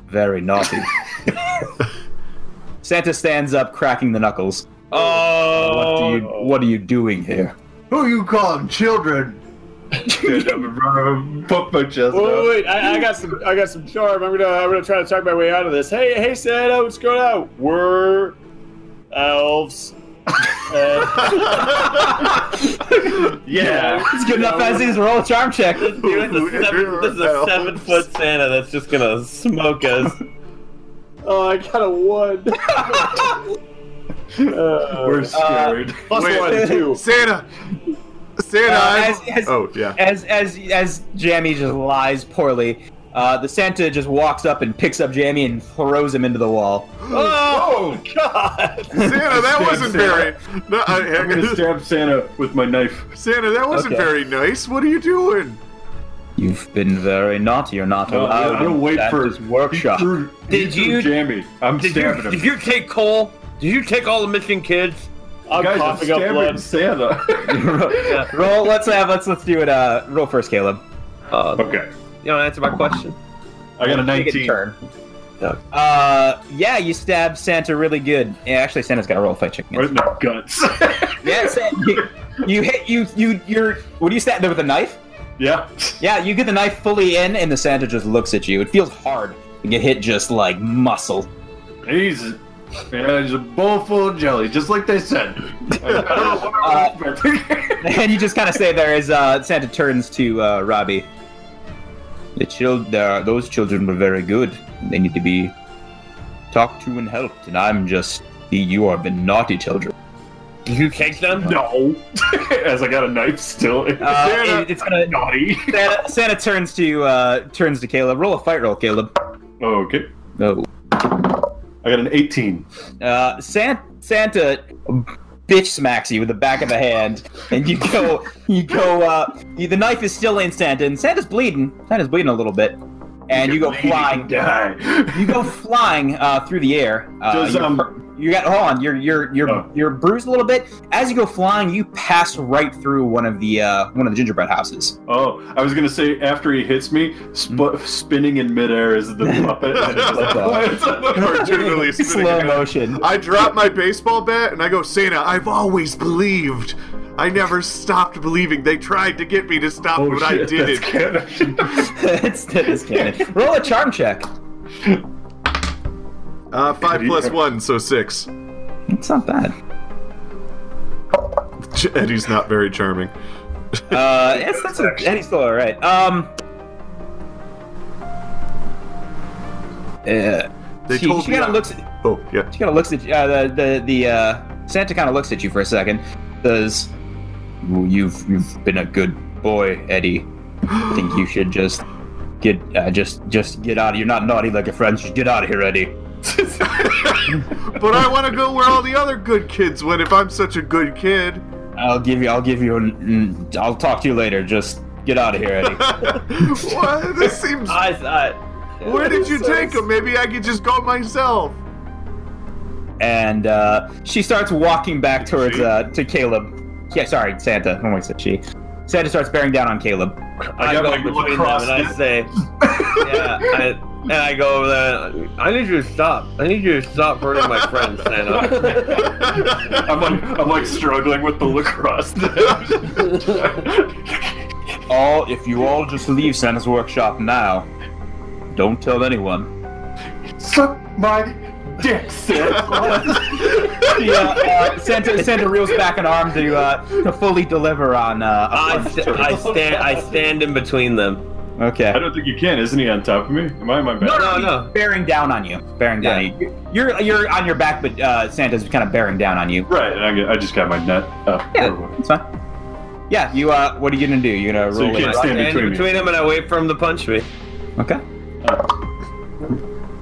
very naughty. [laughs] Santa stands up, cracking the knuckles. What,
Oh,
do you, what are you doing here?
[laughs] Who you
[laughs]
calling children? Stand up in front of him, poke my chest
Wait,
out.
Oh,
wait, wait, I, I got some. I got some charm. I'm gonna. I'm gonna try to talk my way out of this. Hey, hey, Santa, what's going on? We're elves. Uh,
Yeah.
It's good enough as is. Roll a charm check.
Dude, this, is a seven, this is a seven foot Santa that's just gonna smoke [laughs] us.
oh, I got a one. Uh,
We're scared.
plus
Wait.
one, two.
Santa, Santa.
Uh,
I'm-
as- as-
oh
[laughs]
yeah.
As as as Jammy just lies poorly, uh, the Santa just walks up and picks up Jammy and throws him into the wall.
Oh, God!
Santa, that wasn't very. No, I-
[laughs] I'm gonna stab Santa with my knife.
Santa, that wasn't
Okay.
very nice. What are you doing?
You've been very naughty. You're not
No,
allowed.
I don't
in
wait for
Santa's workshop.
He threw- he
Did
threw
you-
Jammy. I'm
Did you,
stabbing
did
him.
you take Cole? Did you take all the missing kids?
I'm
Guys, I'm
coughing up
stabbing
blood.
Santa.
[laughs] [laughs]
[laughs]
roll. Let's have. Let's let's do it. Uh, roll first, Caleb.
Uh,
okay.
You want to answer my question?
I got a
Take it in
19.
turn.
Yeah.
Uh, yeah, you stab Santa really good. Yeah, actually, Santa's got a roll fight chicken.
Right in the guts. [laughs]
Yeah, Santa, you, you hit you you you're. What do you stab there with a knife?
yeah.
Yeah, you get the knife fully in, and the Santa just looks at you. It feels hard to get hit just like muscle.
He's, yeah, he's a bowl full of jelly, just like they said. [laughs] I don't know what I was [laughs] expecting.
[laughs] And you just kind of say there is uh, Santa turns to uh, Robbie. The child, uh, those children were very good. They need to be talked to and helped, and I'm just
You are the naughty
[laughs]
children.
Did you take them?
[laughs]
No. As I got a knife still.
Uh, it- it's gonna.
[laughs]
Naughty.
Santa, Santa turns to uh, turns to Caleb. Roll a fight roll, Caleb.
Okay.
No.
I got an 18.
Uh, Santa, Santa bitch smacks you with the back of the hand, and you [laughs] go, you go. Uh, you, the knife is still in Santa, and Santa's bleeding. Santa's bleeding a little bit, and you go flying.
Die.
You go flying uh, through the air. Uh,
Does,
you're-
um,
you got hold on. You're you're you're
Oh.
you're bruised a little bit. As you go flying, you pass right through one of the uh, one of the gingerbread
[laughs]
houses.
Oh, I was gonna say after he hits me, sp- spinning in midair is the puppet.
[laughs] Cartoon release
[laughs]
spinning
Slow
around.
motion. [laughs]
I drop my baseball bat and I go, Santa, I've always believed. I never stopped believing. They tried to get me to stop
Oh,
but I
shit,
did
that's
it.
canon.
it's this cannon. Roll a charm check.
Uh, five plus one, so six.
It's not bad.
Ch- Eddie's not very charming.
Uh, it's, that's a, and he's still all right. Um, uh,
They
she,
told
she
me
kind of
I-
looks. She
Oh,
[laughs]
yeah.
kind of looks at you. Uh, the the, the uh, Santa kind of looks at you for a second. Says, well, "You've you've been a good boy, Eddie. I think you should just get uh, just just get out. You're not naughty like your friends. Just get out of here, Eddie."
But I want to go where all the other good kids went if I'm such a good kid. [laughs]
I'll give you. I'll give you. An, mm, I'll talk to you later. Just get out of here,
[laughs]
Eddie.
what? This seems.
I thought.
Where did you take him? Maybe I could just go myself.
and uh, she starts walking back towards uh, to Caleb. Yeah, sorry, Santa. I almost said she. Santa starts bearing down on Caleb.
I,
got
go
my
between them
lacrosse
and I
net.
say, yeah, I, and I go, uh, I need you to stop. I need you to stop hurting my friends, Santa.
[laughs]
[laughs]
I'm like I'm like struggling with the lacrosse. [laughs]
All if you all just leave Santa's workshop now, don't tell anyone.
Suck my dick, [laughs] Santa.
Yeah, uh, Santa Santa reels back an arm to uh, to fully deliver on. Uh, a
I,
plunge.
st- I stand. I stand in between them.
okay.
I don't think you can. Isn't he on top of me? Am I on my back?
No, no.
Bearing down on you, bearing down
Yeah.
on you. You're you're on your back, but uh, Santa's kind of bearing down on you.
Right, and I, get- I just got my nut up.
Yeah, it's fine. Yeah, you. Uh, what are you gonna do? You gonna
So you
roll it?
can't
I
stand
stand
between
in
me.
between them and I wait for him to punch me.
Okay.
Uh,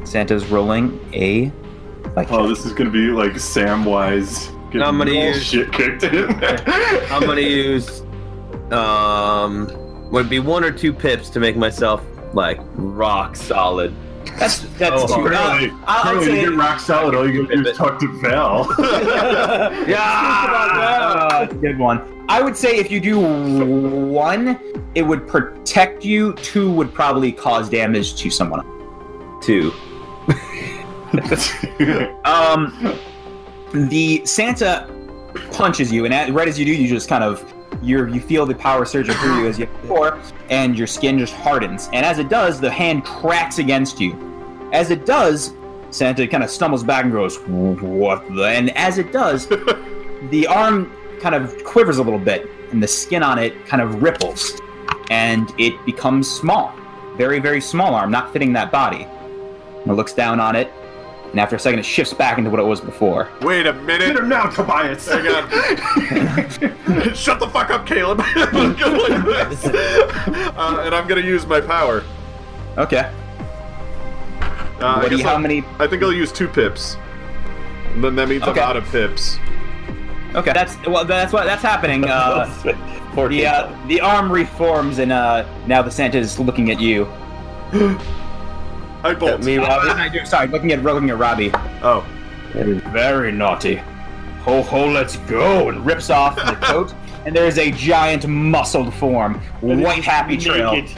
Santa's rolling a like
Oh, this is gonna be like Samwise getting
I'm gonna
the
use-
shit kicked in.
I'm gonna use, um, would be one or two pips to make myself like rock solid.
that's that's
Oh,
too
Curly,
uh, I'll, I'll
Curly,
say
you get rock solid. All you gotta do is talk to
[laughs]
Val.
[laughs] Ah, good one. I would say if you do one, it would protect you. Two would probably cause damage to someone.
Two.
Um, the Santa punches you, and at, right as you do, you just kind of you you feel the power surging through you as you before, and your skin just hardens. And as it does, the hand cracks against you. As it does, Santa kind of stumbles back and goes, "What the?" And as it does, the arm kind of quivers a little bit, and the skin on it kind of ripples, and it becomes small, very very small arm, not fitting that body. And it looks down on it, and after a second, it shifts back into what it was before.
Wait a
Get
minute.
him now, Tobias.
Hang on.
[laughs]
Shut the
[laughs]
fuck up, [laughs] Caleb. Let's go like this. Uh, and I'm gonna use my power.
Okay.
Uh, I
what do you,
guess
how
I'll-
many?
I think I'll use two pips. And then that means
Okay.
I'm out of pips.
Okay, that's well, that's what that's happening. [laughs] Uh, the uh, the arm reforms, and uh, now the Santa is looking at you.
I bolt.
Me, Robbie.
I do, sorry, looking at looking at Robbie.
Oh.
Very naughty. Ho ho, let's go! And rips off the coat, [laughs] and there is a giant muscled form, white happy [laughs] trail,
Naked.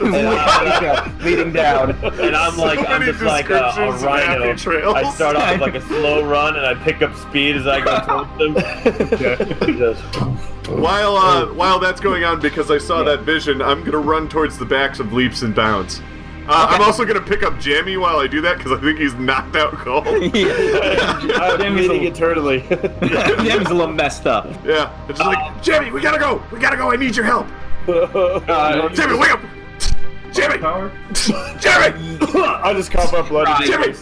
White happy trail [laughs] leading down. [laughs]
And
[laughs]
I'm like,
So
I'm
many
just like a, a
descriptions of happy
rhino.
trails.
I
[laughs]
start off with like a slow run and I pick up speed as I go towards them. Just-
While
Oh.
uh, while that's going on, because I saw that vision, I'm gonna run towards the backs of leaps and bounds. Uh, I'm also gonna pick up Jammy while I do that because I think he's knocked
[laughs]
out
[laughs]
cold.
I'm meeting eternally.
Jim's a little messed up.
yeah, it's just like Jammy, we gotta go, we gotta go. I need your help.
Uh, [laughs]
Jammy, wake up. Jammy, [laughs] Jammy,
I just cough up blood.
Right.
Jammy,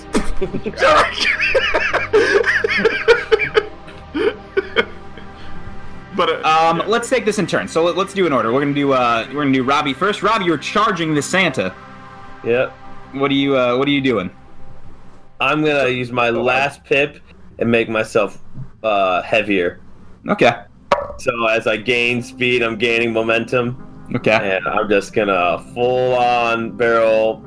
Jammy. but uh,
Um, Let's take this in turn. So let, us do an order. We're gonna do uh, we're gonna do Robbie first. Robbie, you're charging the Santa.
Yep.
What are you uh, What are you doing?
I'm gonna use my last pip and make myself uh, heavier.
Okay.
So as I gain speed, I'm gaining momentum,
Okay.
and I'm just gonna full on barrel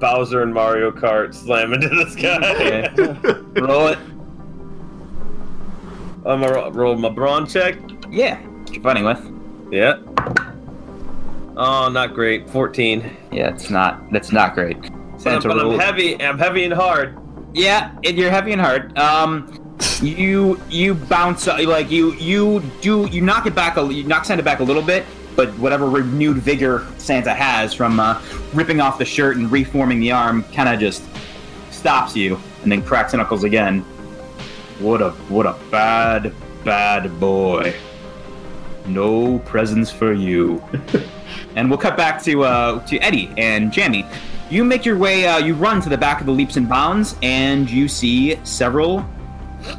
Bowser and Mario Kart slam into this guy.
okay.
[laughs]
Roll it.
I'm gonna ro- roll my brawn check.
Yeah. What you're fighting with?
Yeah. Oh, not great. 14.
Yeah, it's not. That's not great.
But I'm,
Santa
but I'm
rolled-
heavy. I'm heavy and hard.
Yeah, and you're heavy and hard. Um, you you bounce uh, like you you do you knock it back a you knock Santa back a little bit, but whatever renewed vigor Santa has from uh, ripping off the shirt and reforming the arm kind of just stops you, and then cracks the knuckles again. What a what a bad bad boy. No presents for [laughs] you. and we'll cut back to uh, to Eddie and Jamie. You make your way. Uh, you run to the back of the leaps and bounds, and you see several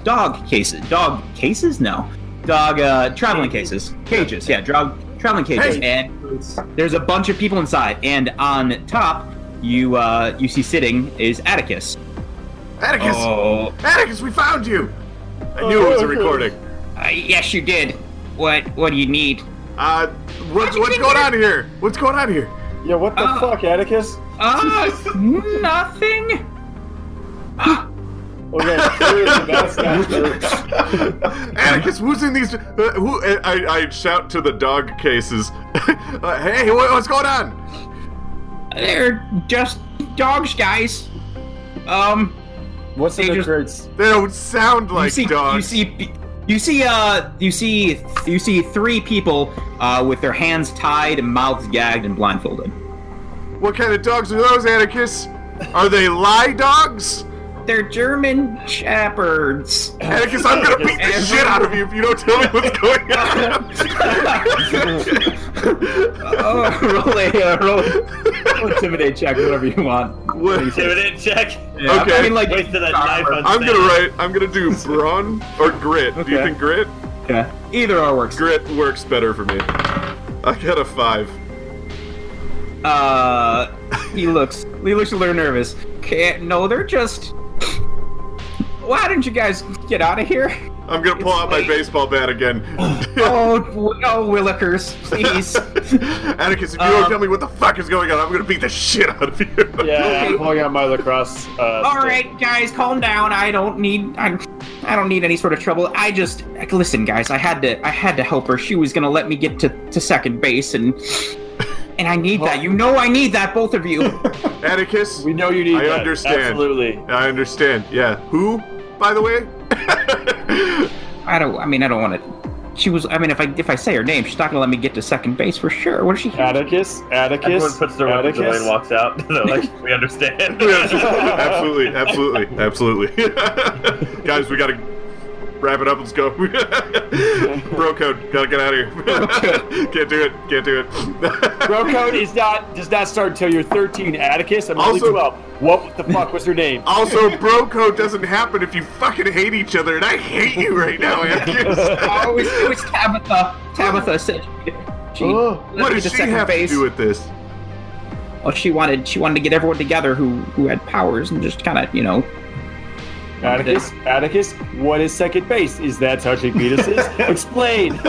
dog cases. Dog cases? No, dog uh, traveling cases, cages. Yeah, dog traveling cages. And there's a bunch of people inside. And on top, you uh, you see sitting is Atticus.
Atticus,
Oh,
Atticus, we found you. I knew it was a [laughs] recording.
uh, yes, you did. What what do you need?
Uh, what's what's going on here? What's going on [laughs] here?
Yeah, what the
Ah.
fuck, Atticus?
Uh, nothing.
Okay, clearly
[laughs]
that's not true.
Atticus, who's in these? Uh, who? I, I I shout to the dog cases. [laughs] uh, hey, what, what's going on?
They're just dogs, guys. Um,
What's in
They
the
just-
crates?
They don't sound like
you see,
dogs.
You see, you see, uh, you see, you see three people uh, with their hands tied, mouths gagged, and blindfolded.
What kind of dogs are those, Atticus? Are they lie dogs?
They're German [laughs] shepherds.
Atticus, I'm gonna beat the shit out of you if you don't tell me what's going on.
oh, roll a uh, roll, roll intimidate check, whatever you want.
What-
Intimidate check.
Yeah,
Okay.
I mean, like,
Wasted that knife on
I'm gonna
Sam.
write. I'm gonna do brawn or grit. Do you
Okay.
think grit?
yeah, either or works.
Grit works better for me. I got a five.
Uh, he looks, he looks a little nervous. Can't, no, they're just. Why didn't you guys get out of here? [laughs]
I'm gonna pull
It's
out my
late.
baseball bat again. [laughs]
Oh, no, Willikers, please.
Atticus, if you don't
Um,
tell me what the fuck is going on, I'm gonna beat the shit out of you.
Yeah, I'm pulling out my lacrosse. Uh,
All right, guys, calm down. I don't need I, I don't need any sort of trouble. I just like, listen, guys. I had to I had to help her. She was gonna let me get to, to second base, and and I need that. You know, I need that, both of you.
Atticus,
We know you need
I
that.
understand.
Absolutely.
I understand. Yeah. Who, by the way? [laughs]
I don't. I mean, I don't want to. She was. I mean, if I if I say her name, she's not gonna let me get to second base for sure. What is she?
Atticus,
Everyone
Atticus,
puts their weapons away and
Atticus.
walks out. [laughs] They're like, [laughs] we understand.
absolutely,
[laughs]
absolutely, absolutely. [laughs] Guys, we gotta wrap it up. Let's go. [laughs] Bro code. Gotta get out of here. [laughs] Can't do it. Can't do it. [laughs]
Bro code is not does not start until you're 13, Atticus. I'm only
Also-
12. What the fuck was
[laughs]
her name?
Also, bro code doesn't happen if you fucking hate each other, and I hate you right now,
[laughs]
Atticus.
Oh, it was, it was Tabitha. Tabitha said. She let
what
me
does
to
she
second
have
base.
to do with
[laughs]
this? [laughs]
Well, she wanted she wanted to get everyone together who who had powers and just kind of you know
Atticus, Atticus, what is second base? Is that touching
[laughs]
penises? Explain.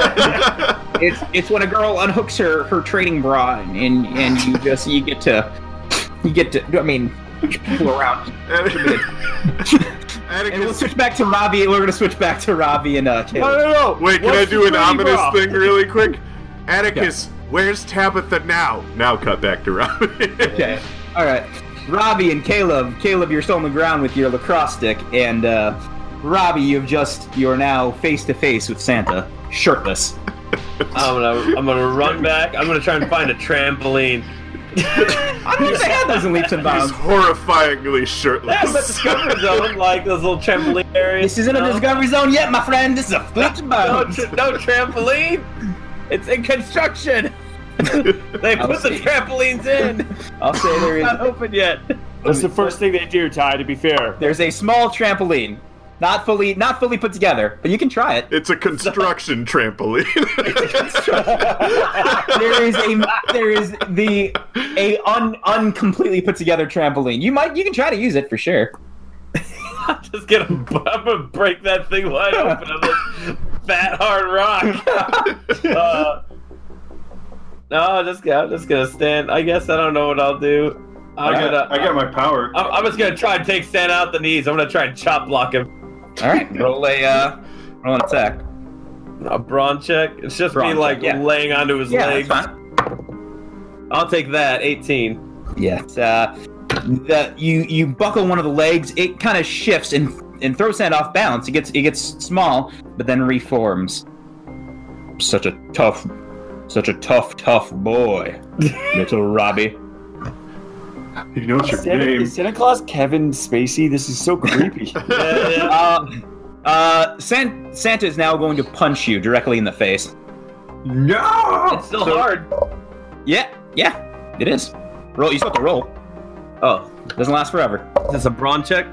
it's it's when a girl unhooks her her training bra and and, and you just you get to you get to I mean people around. And we'll
Atticus,
switch back to Robbie. We're gonna switch back to Robbie and uh,
No,
Caleb.
no, no.
wait, can
What's
I do an
the
ominous
bra?
thing really quick? Atticus, where's Tabitha now? Now cut back to Robbie. [laughs]
Okay, all right. Robbie and Caleb. Caleb, you're still on the ground with your lacrosse stick, and uh, Robbie, you've just you're now face to face with Santa, shirtless.
I'm gonna, I'm gonna run back. I'm gonna try and find a trampoline.
I don't think they had those in leaps and
He's
bounds.
horrifyingly
That's the
shirtless.
discovery zone, like those little trampoline areas.
This isn't
No.
a discovery zone yet, my friend. This is a leaps and
No,
bounds.
tr- no trampoline. It's in
[laughs]
construction. they
I'll
put the
see.
trampolines in.
I'll say there is
Not open yet.
That's the first thing they do, Ty, to be fair.
There's a small trampoline. Not fully, not fully put together, but you can try [laughs] it.
[laughs] It's a construction trampoline.
There is a, there is the a un uncompletely put together trampoline. You might, you can try to use it for [laughs] sure.
[laughs] Just get a, I'm gonna break that thing wide open on this fat hard rock. uh, no, I'm just, I'm just gonna stand. I guess I don't know what I'll do. I'm
I got,
gonna.
I got my power.
Uh,
I'm, I'm just gonna try and take Stan out the knees. I'm gonna try and chop block him.
All right, roll a uh, roll an attack.
A brawn check. It's just
Brawn
me like
check, yeah.
laying onto his
Yeah, that's
legs.
fine.
I'll take
[laughs]
that. 18.
Yeah. it's, Uh, the you you buckle one of the legs. It kind of shifts and and throws Sand off balance. It gets it gets small, but then reforms. Such a tough, such a tough, tough boy, little Robbie.
You know it's your name.
Santa Claus Kevin Spacey? This is [laughs] so creepy.
Yeah, yeah.
Uh, uh, San- Santa is now going to punch you directly in the face.
it's still
so-
hard.
Yeah, yeah, it is. Roll. You still have to roll.
Oh,
Doesn't last forever.
that's a brawn check.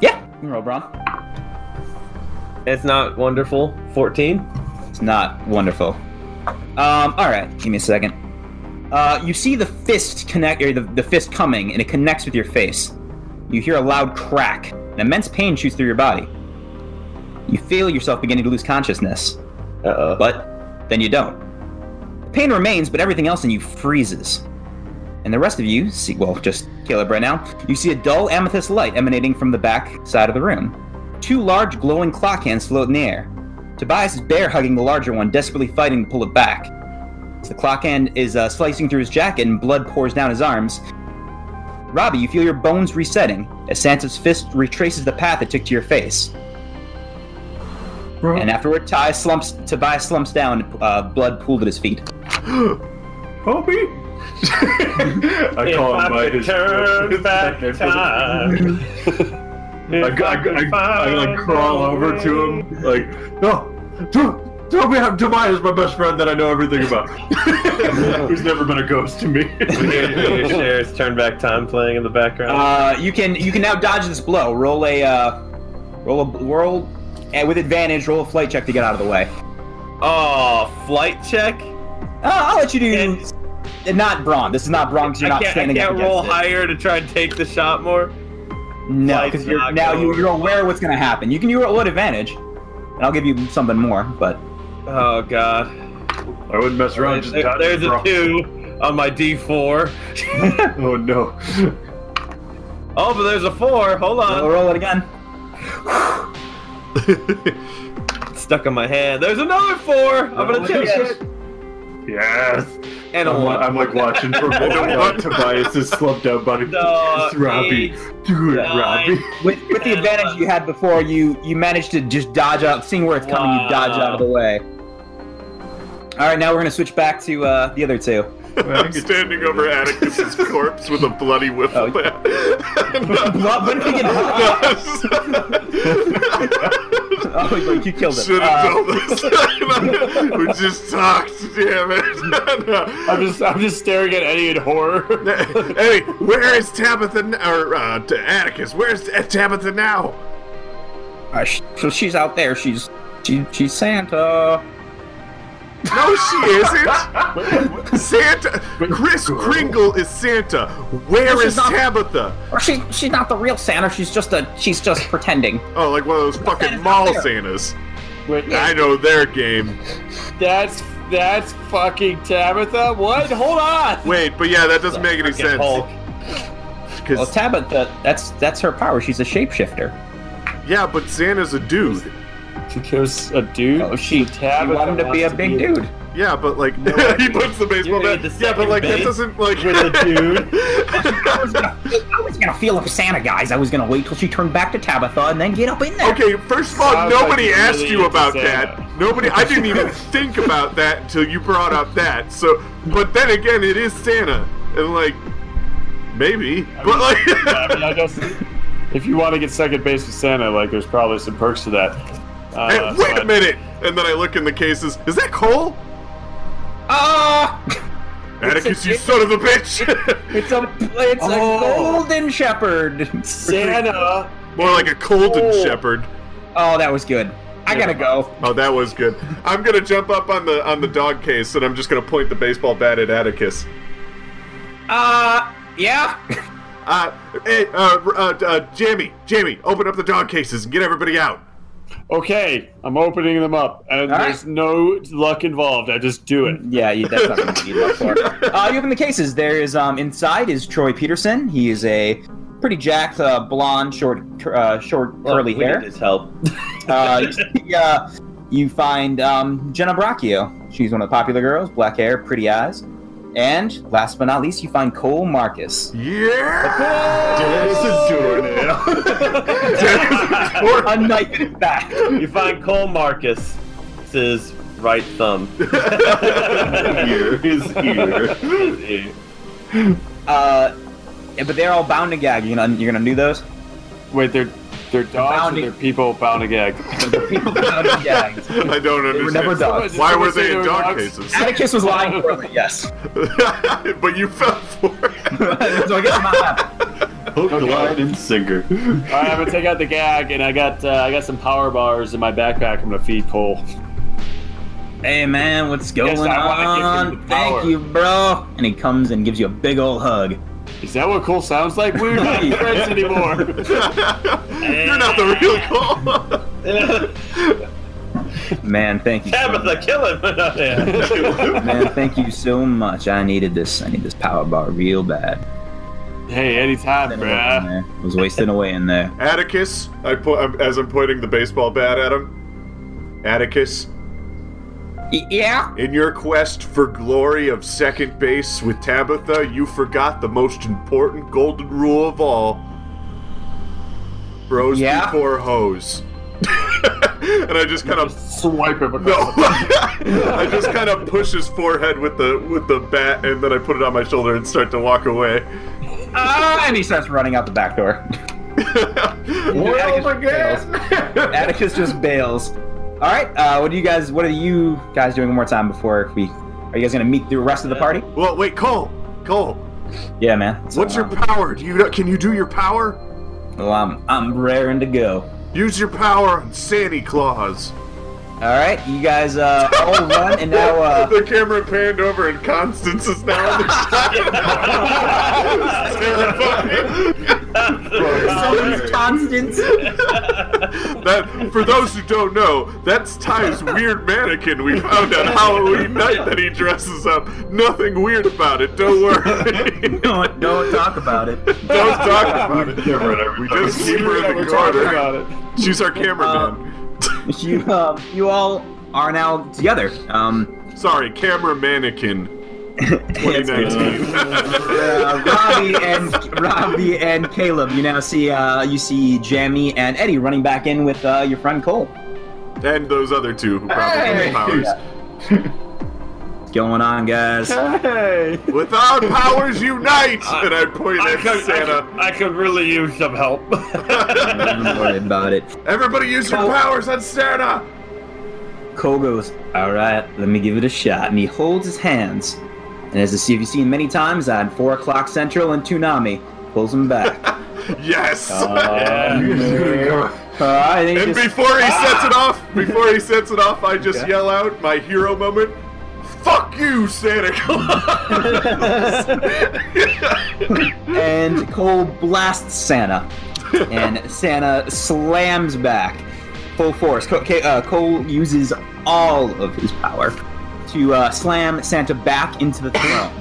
Yeah, you can roll, Bron.
It's not wonderful. 14.
It's not wonderful. Um, all right, give me a second. Uh, you see the fist connect, or the, the fist coming, and it connects with your face. You hear a loud crack. An immense pain shoots through your body. You feel yourself beginning to lose consciousness,
Uh-oh.
but then you don't. The pain remains, but everything else in you freezes. And the rest of you see, well, just Caleb right now, you see a dull amethyst light emanating from the back side of the room. Two large glowing clock hands float in the air. Tobias is bear hugging the larger one, desperately fighting to pull it back. As the clock hand is uh, slicing through his jacket and blood pours down his arms, Robbie, you feel your bones resetting as Santa's fist retraces the path it took to your face. And afterward, Ty slumps, Tobias slumps down, uh, blood pooled at his feet.
[laughs]
Homie. I
If
call
I
him by [laughs]
could
his.
turn back
I,
time.
[laughs] I, I, I, I like crawl over to him, like, no, don't, don't be Tobias, my best friend that I know everything about, [laughs] who's never been a ghost to
[laughs]
me.
[laughs] We hear, we hear Cher's turn back time playing in the background.
Uh, you can you can now dodge this blow. Roll a uh, roll a roll and with advantage. Roll a flight check to get out of the way.
oh, flight check?
Uh, I'll let you do. And not brawn. This is not brawn because you're
I
not
can't, I
standing up
can't
against
roll
it.
higher to try and take the shot more.
No,
Flight's
because you're
not
now you,
going.
you're aware of what's gonna happen. You can you roll at advantage, and I'll give you something more. But [laughs]
Oh, God.
I wouldn't mess around. Just
There-
dodge
there's
the
a
rock.
two on my D4.
[laughs] Oh no!
Oh, but there's a four. Hold
I'll
on.
roll it again.
It's stuck in my hand. There's another four. I'm
Oh,
going to take it.
Yes.
And a
I'm,
one.
I'm like watching
[laughs]
for what Tobias is slumped out, buddy. [laughs]
No,
It's Robbie,
eight,
do it,
nine.
Robbie.
With, with the
Yeah,
advantage you had before, you you managed to just dodge out, seeing where it's coming. You dodge
Wow.
out of the way. All right, now we're gonna switch back to uh, the other two.
[laughs]
[laughs]
I'm standing over Atticus's corpse with a bloody
Oh,
wiffle bat.
[laughs]
[laughs]
Blood- when did he get
[laughs]
[laughs] Oh, he's like you killed him.
Should
Uh,
have told
[laughs]
us. we just talked, damn it.
I'm just, I'm just staring at Eddie in horror.
[laughs] hey, where is Tabitha? n- Or uh, t- Atticus? Where's T- Tabitha now?
uh, sh- so she's out there. She's she, she's Santa.
No, she isn't.
[laughs]
Santa, Chris Kringle is Santa. Where
This
is
is not-
Tabitha?
Or she she's not the real Santa. She's just a she's just pretending.
Oh, like one of those
Santa's
fucking
not
mall
there.
Santas.
Wait,
I know their game.
that's that's fucking Tabitha. What? Hold on.
Wait, but yeah, that doesn't make any
Get
sense.
Hulk.
'cause-
Well, Tabitha, that's that's her power. She's a shapeshifter.
yeah, but Santa's a dude.
She chose a dude.
Oh, she, she
Tabitha
wanted to be a
wants
big dude.
Yeah, but like
I
[laughs] he puts the baseball
You're
bat.
the
Yeah, but
second
like that
base
doesn't like
with a
I
[laughs]
was, gonna, I was gonna feel up Santa, guys. I was gonna wait till she turned back to Tabitha and then get up in there.
Okay, first of all,
Sounds like
nobody
you're
asked
really
you
into
about
Santa.
that. Nobody, I didn't even think about that until you brought up that. So, but then again, it is Santa, and like, maybe, but [laughs]
I
like,
mean, I just, if you want to get second base with Santa, like there's probably some perks to that. Uh,
Hey, wait a
but-
minute. And then I look in the cases. Is that Cole?
Ah,
Atticus, you
it's-
son of a bitch!
it's a it's
Oh.
a golden shepherd.
Santa
[laughs] More like a Colden
Cole.
Shepherd.
Oh, that was good. I gotta go.
Oh, that was good. I'm gonna jump up on the on the dog case, and I'm just gonna point the baseball bat at Atticus.
Uh, yeah.
Uh, hey, uh, uh, uh, Jamie, Jamie, open up the dog cases and get everybody out.
Okay, I'm opening them up, and
All right.
there's no luck involved. I just do it.
[laughs] Yeah, you, that's not going to be luck for. Uh, you open the cases. There is um inside is Troy Peterson. He is a pretty jacked, uh, blonde, short, uh, short curly
we
hair.
Need his
[laughs]
help.
Uh, you, see, uh, you find um, Jenna Braccio. She's one of the popular girls. Black hair, pretty eyes. And last but not least, you find Cole Marcus.
Yeah!
Dennis is doing
[laughs]
it.
A knife in his back.
You find Cole Marcus. It's his right
[laughs]
thumb.
ear, his ear.
Uh, yeah, but they're all bound and gagged. You're gonna, you're gonna do those.
Wait, they're they're dogs
Bounding.
or they're people bound to gag.
The people bound and gagged.
I don't
They were never
understand.
dogs.
Why were
Did someone say
they in
were
dog
dogs?
cases?
Atticus was lying for me. Yes.
[laughs]
[laughs]
but you fell for it.
so I guess I'm not happy.
Hook, line, and
[laughs]
sinker.
All right, I'm gonna take out the gag, and I got uh, I got some power bars in my backpack. I'm gonna feed Cole.
Hey man, what's going
Yes, I wanna give him
on?
the power.
Thank you, bro. And he comes and gives you a big old hug.
Is that what Cole sounds like? We're not friends anymore.
[laughs] You're not the real Cole.
Man, thank you. so
Tabitha, kill him.
much. Man, thank you so much. I needed this. I need this power bar real bad.
[laughs] hey, anytime,
It
bruh.
was wasting away in there.
Atticus, I po- I'm- as I'm pointing the baseball bat at him. Atticus,
yeah.
in your quest for glory of second base with Tabitha, you forgot the most important golden rule of all: bros
Yeah?
before hoes. [laughs] and I just kind of
Swipe him
No,
across.
[laughs] I just kind of push his forehead with the with the bat, and then I put it on my shoulder and start to walk away. [laughs]
Ah, and he starts running out the back [laughs] door. Atticus
[laughs]
just bails. Atticus just bails. All right. Uh, what do you guys? What are you guys doing one more time before we? Are you guys gonna meet the rest of the party?
well, wait, Cole, Cole,
Yeah, man. So,
what's your
um,
power? Do you know- can you do your power?
Well, I'm I'm raring to go.
Use your power on Santa Claus.
All right, you guys uh, [laughs] all run, and now uh,
[laughs] the camera panned over, and Constance is now on the
[laughs]
shot. It's [laughs] terrifying.
someone's Constance.
[laughs] That, for those who don't know, that's Ty's weird mannequin we found on Halloween night that he dresses up. Nothing weird about it, don't worry. [laughs]
Don't don't talk about it.
don't talk about it.
We
We just keep her in the corner. She's
uh,
our cameraman.
[laughs] You um, you all are now together. Um,
Sorry, camera mannequin.
it's-
2019.
uh, Robbie and Robbie and Caleb. You now see uh, you see Jamie and Eddie running back in with uh, your friend Cole.
and those other two who probably
Hey!
have powers.
What's going on, guys?
Hey.
Without powers unite! and I point
I
at
could, I,
Santa.
could, I could really use some
[laughs]
[laughs]
help.
Don't worry about it.
Everybody use your
Cole-
powers on Santa!
Cole goes, All right, let me give it a shot. And he holds his hands. And as the CVC seen many times on 4 o'clock Central and Toonami, pulls him back. [laughs]
Yes!
All right, and he
And
just-
before he sets it off, before he sets it off, I just yell out my hero moment. Fuck you, Santa Claus!
and Cole blasts Santa. And Santa slams back full force. Co- Ca- uh, Cole uses all of his power to uh, slam Santa back into the throne.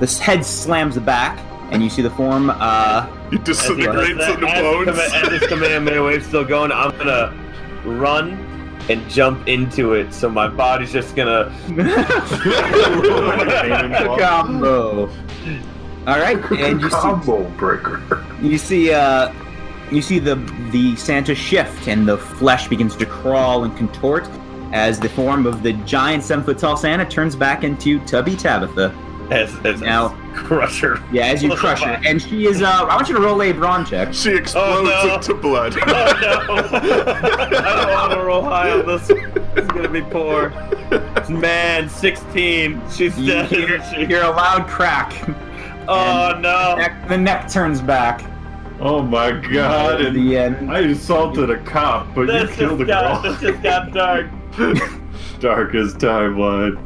This head slams back, and you see the form. Uh, [laughs]
he
As he does
disintegrates
that,
into
as the
bones.
command- As this command man wave's still going, I'm gonna run and jump into it. So my body's just gonna.
combo. All right, and you see
breaker.
you see uh you see the the Santa shift and the flesh begins to crawl and contort as the form of the giant seven foot tall Santa turns back into Tubby Tabitha.
As, as
Now-
crusher.
[laughs]
[laughs]
Yeah, as you crush her, and she is uh I want you to roll a brawn check.
[laughs] she explodes
Oh, no.
into
[laughs]
blood. [laughs]
Oh no! I don't want to roll high on this. It's gonna be poor. Man, 16. She's [laughs]
You
dead,
hear,
isn't
you
she?
hear a loud crack.
Oh no!
Neck, the neck turns back.
Oh my god!
At
And
the end.
I assaulted a cop, but you
This
killed a
just got,
girl. [laughs]
this just got dark.
Darkest timeline.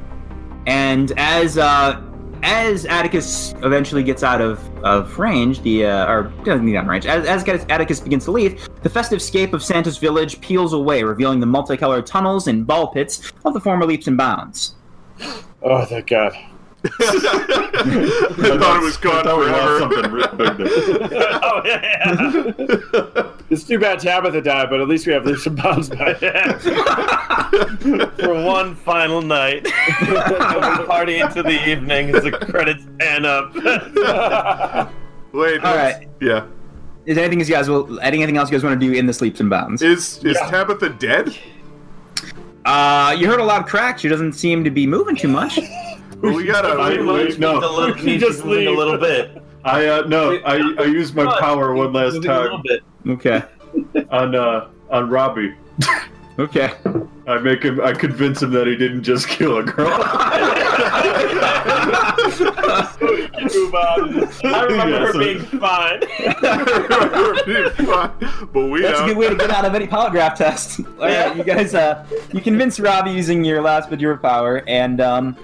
And as uh, as Atticus eventually gets out of, of range, the uh, or doesn't get out of range, as, as Atticus begins to leave, the festive scape of Santa's village peels away, revealing the multicolored tunnels and ball pits of the former leaps and bounds.
[laughs] Oh,
[laughs]
thank God.
I thought it was
I
gone
thought we lost something
forever.
real big there.
oh, yeah. [laughs] it's too bad Tabitha died, but at least we have leaps and
[laughs]
bounds back. [laughs]
For one final night, we party into the evening as the credits pan
[laughs]
[laughs]
up. [laughs]
Wait.
All
let's-
right.
Yeah.
Is there anything you guys will anything else you guys want to do in this leaps and bounds?
Is is Tabitha dead?
Uh, you heard a loud crack. She doesn't seem to be moving too much.
Well, we gotta.
Wait, wait,
The
no,
little,
can just
just leave a
leave.
little bit.
I uh, no, I, I used my power one last
Moving a little
time
[laughs] bit.
Okay.
on uh, on Robbie.
Okay.
I make him. I convince him that he didn't just kill a girl.
[laughs]
[laughs]
I
[laughs]
remember
Yes,
her being fine.
[laughs] but we
That's a good
don't.
way to get out of any polygraph test. [laughs] All right, you guys, uh, you convince Robbie using your last bit of your power, and um,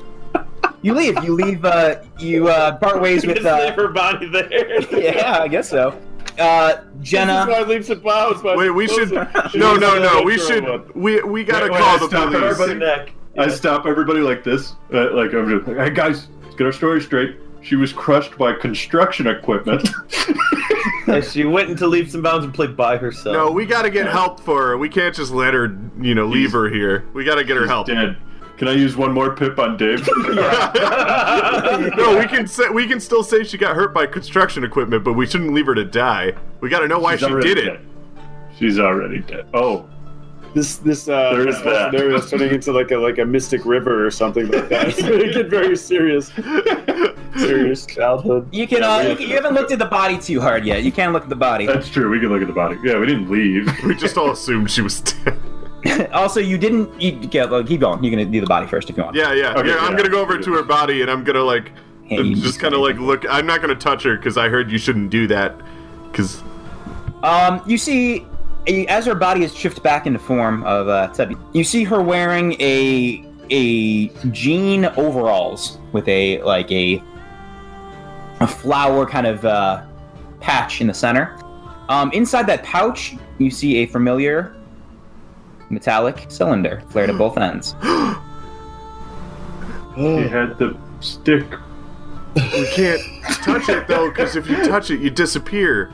you leave. You leave. Uh, you uh, part ways
Just
with.
leave
Uh,
her body there.
yeah, I guess so. Uh,
This
Jenna.
is why leaps and bounds. my-
Wait, we should.
She
[laughs] No,
was
no,
in
no.
a
We
throw up.
should. We we gotta
Wait, wait,
call
I
the
stopped
police.
everybody.
Neck.
I stop everybody like this. Uh, like I'm just like, hey guys, let's get our story straight. She was crushed by construction
[laughs]
equipment.
And she went into leaps and bounds and played by herself.
No, we gotta get help for her. We can't just let her, you know, leave her here. We gotta get her help.
Dad, can I use one more pip
[laughs]
on Dave?
no, we can say we can still say she got hurt by construction equipment, but we shouldn't leave her to die. We gotta know why
She's
she
already
did it.
dead. She's already dead. Oh,
This this uh,
[laughs] There is
this
that.
There is turning into like a like a mystic river or something like that.
[laughs]
It's going get very serious. Serious childhood.
You can.
Yeah,
Uh,
we
you,
have
can-
to-
you haven't looked at the body too hard yet. You can look at the
[laughs]
body.
that's true. We can look at the body. Yeah, we didn't [laughs] leave.
We just all assumed she was dead.
also, you didn't. You, okay, well, keep going. You're gonna do the body first if you want.
Yeah, yeah,
Okay,
yeah. I'm
yeah.
gonna go over to her body and I'm gonna like
Hey, you-
just kind of like look. I'm not gonna touch her because I heard you shouldn't do that. Because
Um, you see, as her body is shifted back into form of uh, Tubby, you see her wearing a a jean overalls with a like a a flower kind of uh, patch in the center. Um, inside that pouch, you see a familiar metallic cylinder flared at
Hmm.
both ends. [laughs]
Oh,
he had the stick.
we can't touch it though. Because if you touch it, you disappear.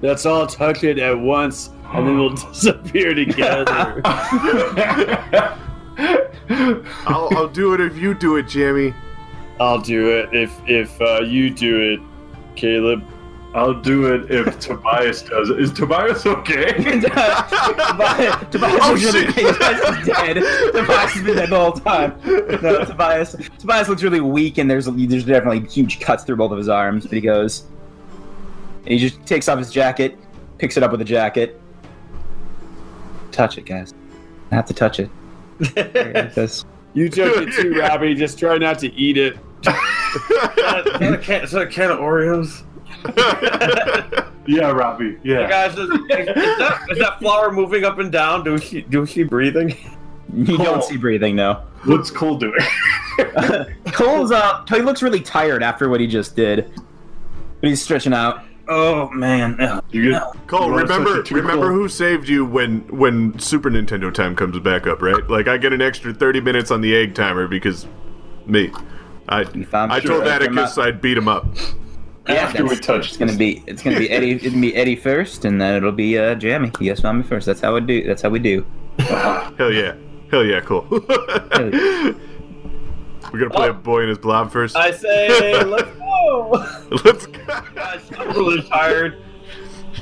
Let's all touch it at once, and then we'll [laughs] disappear [laughs] together.
I'll, I'll do it if you do it,
[laughs]
Jamie.
I'll do it if if uh, you do it, Caleb.
[laughs] I'll do it if Tobias does it. Is Tobias okay?
[laughs]
And, uh, [laughs] Tobias, Tobias,
Oh,
looks really-
shit.
Tobias is dead. Tobias has been dead the whole time. No, Tobias, Tobias looks really weak, and there's there's definitely huge cuts through both of his arms. But he goes, and he just takes off his jacket, picks it up with a jacket. Touch it, guys. I have to touch it. There it is.
You touch it too, Robbie. Just try not to eat it.
Is that a can, is that a can of Oreos?
yeah, Robbie. Yeah.
Guys, is, is that, is that flower moving up and down? Do she do she breathing?
You
Cool.
don't see breathing though.
What's Cole doing?
Cole's up. He looks really tired after what he just did, but he's stretching out. Oh man. Ugh.
You get
Cole,
You wanna touch
remember
it too,
remember
Cole?
who saved you when when Super Nintendo time comes back up, right? Like I get an extra 30 minutes on the egg timer because me. I
found
I
sure
told
I came
Atticus
up.
I'd beat him up.
Yeah,
After we
that's-
touch
it's gonna be it's gonna be Eddie it'll be Eddie first, and then it'll be uh, Jammy. You guys found me first. That's how we do. That's how we do.
Hell yeah. Hell yeah, [laughs] cool. We're gonna play a boy and his blob first.
I say, let's
[laughs]
go.
[laughs] Let's go.
Gosh, I'm really tired.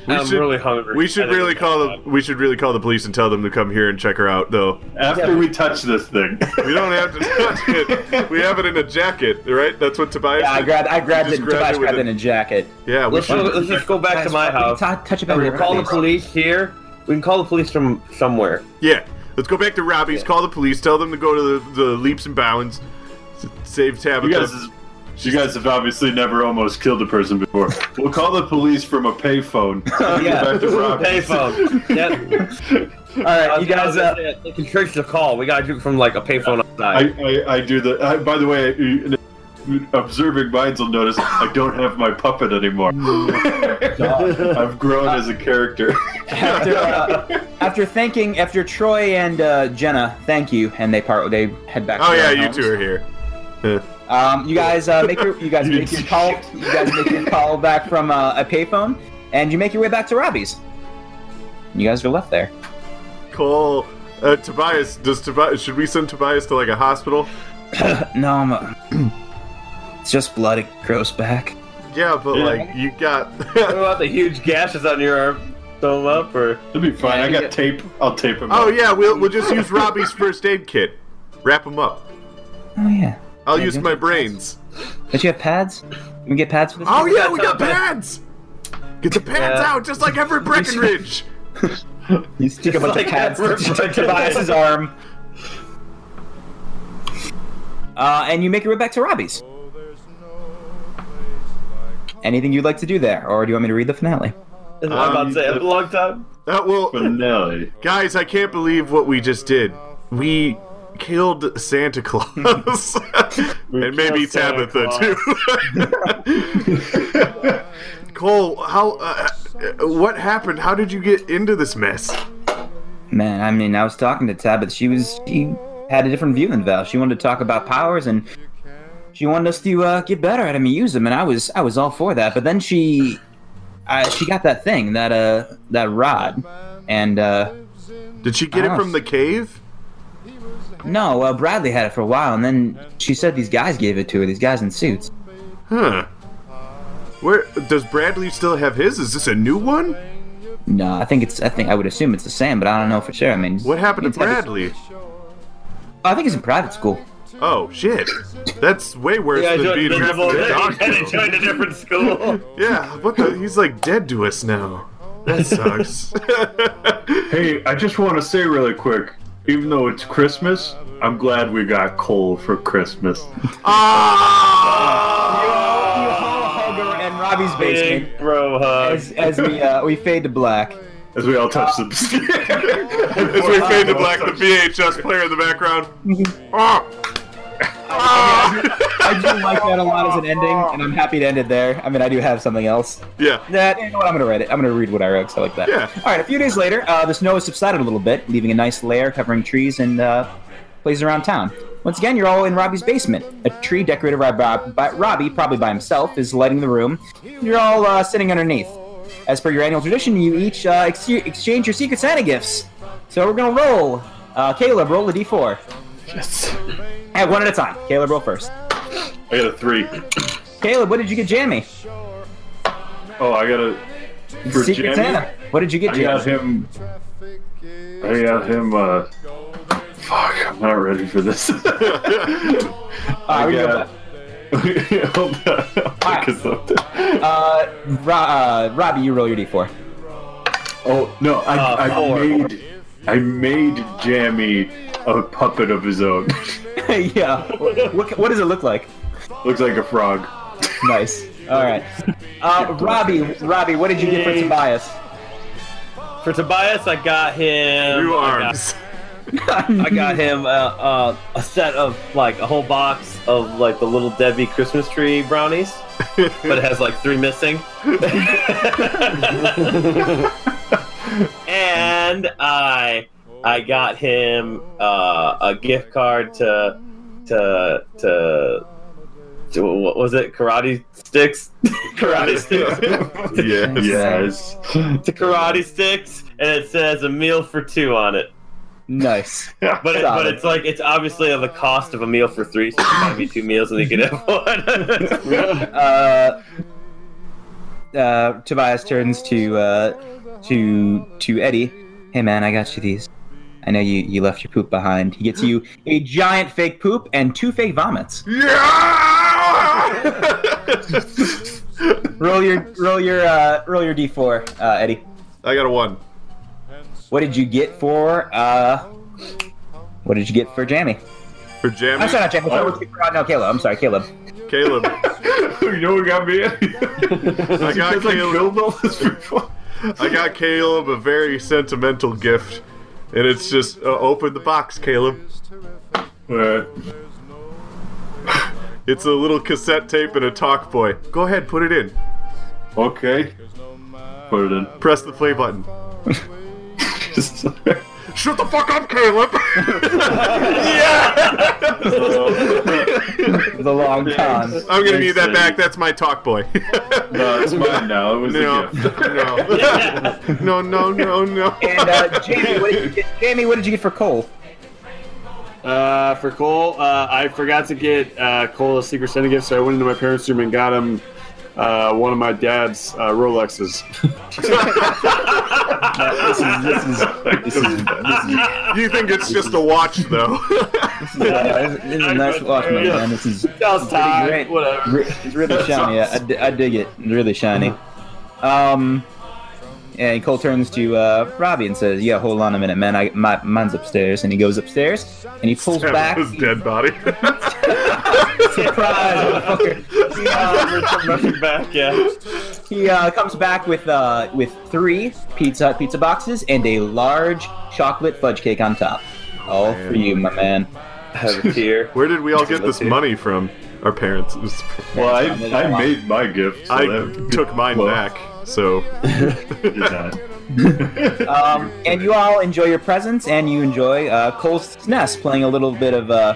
We
I'm
should-
really hungry.
We should really call the we should really call the police and tell them to come here and check her out though.
after we touch
[laughs]
this thing.
We don't have to touch it. We have it in a jacket, right? That's what Tobias
Yeah, I
did.
grabbed I grabbed
just
it. Tobias
grabbed it with
grabbed it
a-
in a jacket.
Yeah, we
Let's,
should
let's just go back to my house.
Touch, touch it back.
We
to
can call the
Robbie's.
police here. We can call the police from somewhere.
Yeah, let's go back to Robbie's. Call the police. Tell them to go to the, the leaps and bounds. s- Save
You
Tabitha.
guys, You guys have obviously never almost killed a person before. We'll call the police from a [laughs] payphone.
Yeah.
Back to
[laughs]
Robbie.
Payphone. Yep.
All right, you guys. Uh,
they can trace the call. We gotta do it from like a payphone outside.
I, I, I do the. I, by the way, I- observing minds will notice I don't have my
[laughs]
puppet anymore.
Oh,
I've grown as
[laughs]
a character.
after, uh, [laughs] after thanking, after Troy and uh, Jenna, thank you, and they part. They head back.
Oh
to
yeah,
their
you
homes.
two are here.
Um, you guys uh, make your [laughs] you guys
You
make your
didn't
call. You guys make your call back from uh, a payphone, and you make your way back to Robbie's. You guys are left there.
Cole, uh, Tobias, does Tobias? Should we send Tobias to like a hospital?
No, I'm. uh, [clears throat] it's just blood. It grows back.
Yeah, but
Yeah.
like you got. [laughs]
What about the huge gashes on your arm? Sew 'em up or
It'll be fine. I got tape. I'll tape him.
oh
up.
yeah, we'll we'll just use Robbie's first aid kit. Wrap him up.
Oh yeah.
I'll
Yeah,
use
you
my
have
brains.
Don't you have pads? Can we get pads for this?
Oh yeah,
got
we got
something.
pads. Get the pads
Yeah.
out, just like every Breckenridge.
You stick a bunch of
[laughs] like
pads
that
to
river.
Tobias's arm. Uh, and you make your way back to Robbie's. Anything you'd like to do there, or do you want me to read the finale?
I'm
Um,
about to say
the-
a long time.
Uh, well,
Finale.
guys, I can't believe what we just did. We killed
[laughs]
Santa Claus and maybe
killed Santa
Tabitha too.
[laughs]
Cole, how? Uh, what happened? How did you get into this mess?
Man, I mean, I was talking to Tabitha. She was she had a different view than Val. She wanted to talk about powers and she wanted us to uh, get better at them and use them. And I was I was all for that. But then she uh, she got that thing that uh that rod, and uh,
Did she get it
Ah.
from the cave?
no, uh, Bradley had it for a while, and then she said these guys gave it to her. These guys in suits.
Huh. Where does Bradley still have his? Is this a new one?
No, I think it's I think I would assume it's the same, but I don't know for sure. I mean,
What happened to
it's had this-
Bradley?
I think he's in private school.
Oh shit. That's way worse
Yeah,
than being
the
a
devil.
dog.
[laughs] They
[laughs]
kennel.
joined a different school.
Yeah, what the? He's like dead to us now. That sucks.
Hey, I just want to say really quick. Even though it's Christmas, I'm glad we got Cole for Christmas.
Ah!
Hugger and Robbie's basement.
Big bro hug.
As, as we uh, we fade to black.
As we all
[laughs]
touch [laughs] some As
As we fade to black, the VHS player in the background. Ah! Ah!
I do like that a lot as an ending, and I'm happy to end it there. I mean, I do have something else.
yeah.
That you know what? I'm gonna read it. I'm gonna read what I wrote because I like that.
Yeah.
All right. A few days later, uh, the snow has subsided a little bit, leaving a nice layer covering trees and uh, places around town. Once again, you're all in Robbie's basement. A tree decorated by, Rob- by Robbie, probably by himself, is lighting the room. You're all uh, sitting underneath. As per your annual tradition, you each uh, ex- exchange your Secret Santa gifts. So we're gonna roll. Uh, Caleb, roll a d4. Yes. At one at a time. Caleb, roll first.
I got a three.
Caleb, what did you get, Jamie?
Oh, I got a. For
Secret
Jamie?
Santa. What did you get,
I got
Jamie?
him. I got him. Uh, fuck, I'm not ready for this. [laughs]
Uh,
I
we go
got. [laughs] Hold on. I'll
Alright.
look at something.
Uh, Ro- uh, Robbie, you roll your d4.
Oh no! I,
Uh, four.
I made I made Jammy a puppet of his own.
[laughs]
[laughs]
yeah. What, what does it look like?
Looks like a frog.
Nice. All right. Uh, Robbie, Robbie, what did you get for Tobias?
For Tobias, I got him.
New
I got-
arms.
I got him uh, uh, a set of like a whole box of like the little Debbie Christmas tree brownies, but it has like three missing. and I I got him uh, a gift card to to to. to- What was it? Karate sticks, [laughs] karate
[laughs]
sticks,
yeah.
Yes.
to karate sticks, and it says a meal for two on it.
Nice.
But, it,
[laughs]
Solid.
but it's like it's obviously of the cost of a meal for three, so it's gotta be two meals and they could have [laughs]
[laughs]
one.
Uh, uh, Tobias turns to uh, to to Eddie. Hey man, I got you these. I know you you left your poop behind. He gets you a giant fake poop and two fake vomits.
Ah!
Roll your roll your uh, roll your d4, uh, Eddie.
I got a one.
What did you get for uh? What did you get for Jamie?
For Jamie.
I'm sorry, not Jamie. Sorry,
Oh.
we're- no, Caleb. I'm sorry, Caleb.
Caleb.
[laughs] you know what got me
[laughs]
in?
I got
Because I
Caleb.
killed all [laughs] this people.
I got Caleb a very sentimental gift, and it's just uh, open the box, Caleb.
Alright.
It's a little cassette tape and a talk boy. Go ahead, put it in.
Okay. Put it
[laughs]
in.
Press the play button.
Just-
Shut the fuck up, Caleb. [laughs]
The long con.
I'm gonna need that
Thanks,
back. That's my talk boy.
[laughs]
[laughs]
no, it's mine now. It was
no,
a
[laughs]
gift.
no, no, no, no, no.
And uh, Jamie, what did you get? Jamie, what did you get for Cole?
Uh, for Cole, uh, I forgot to get uh, Cole a Secret Santa gift, so I went into my parents' room and got him uh, one of my dad's uh, Rolexes.
This is this is this is this is
uh,
You think it's just a watch, though?
Yeah, this is a nice watch, my man. This is
Sounds
time, great.
whatever.
re- it's really shiny. I, I di- I dig it. It's really shiny. Um, and Cole turns to uh, Robbie and says, "Yeah, hold on a minute, man. I my mine's upstairs." And he goes upstairs and he
[laughs]
pulls back.
his dead body.
[laughs] Surprise, motherfucker. He, uh,
back, yeah.
he uh, comes back with uh, with three pizza Hut pizza boxes and a large chocolate fudge cake on top. All for you, my man.
I have a tear.
Where did we all get this money from? Our parents. It was-
Well, I, I made my gift. So
I
that- [laughs]
took mine
Well,
back. So
[laughs] good time.
[laughs] Um, and you all enjoy your presence, and you enjoy uh, Cole's Nest playing a little bit of uh,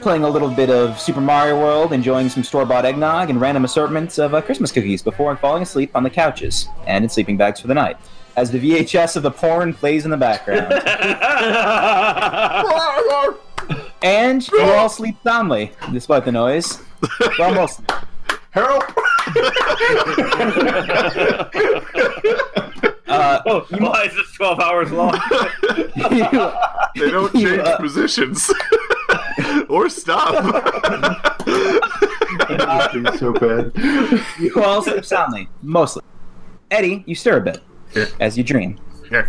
playing a little bit of Super Mario World, enjoying some store-bought eggnog and random assortments of uh, Christmas cookies before falling asleep on the couches and in sleeping bags for the night, as the VHS of the porn plays in the background. and you all sleep soundly, despite the noise. It's Almost.
Harold.
Uh,
[laughs]
[laughs]
Oh, why is this 12 hours long?
you-
they don't
You,
change
uh, [laughs]
positions or stop.
It's so bad.
you all sleep soundly, mostly. Eddie, you stir a bit
Yeah.
as you dream.
Yeah.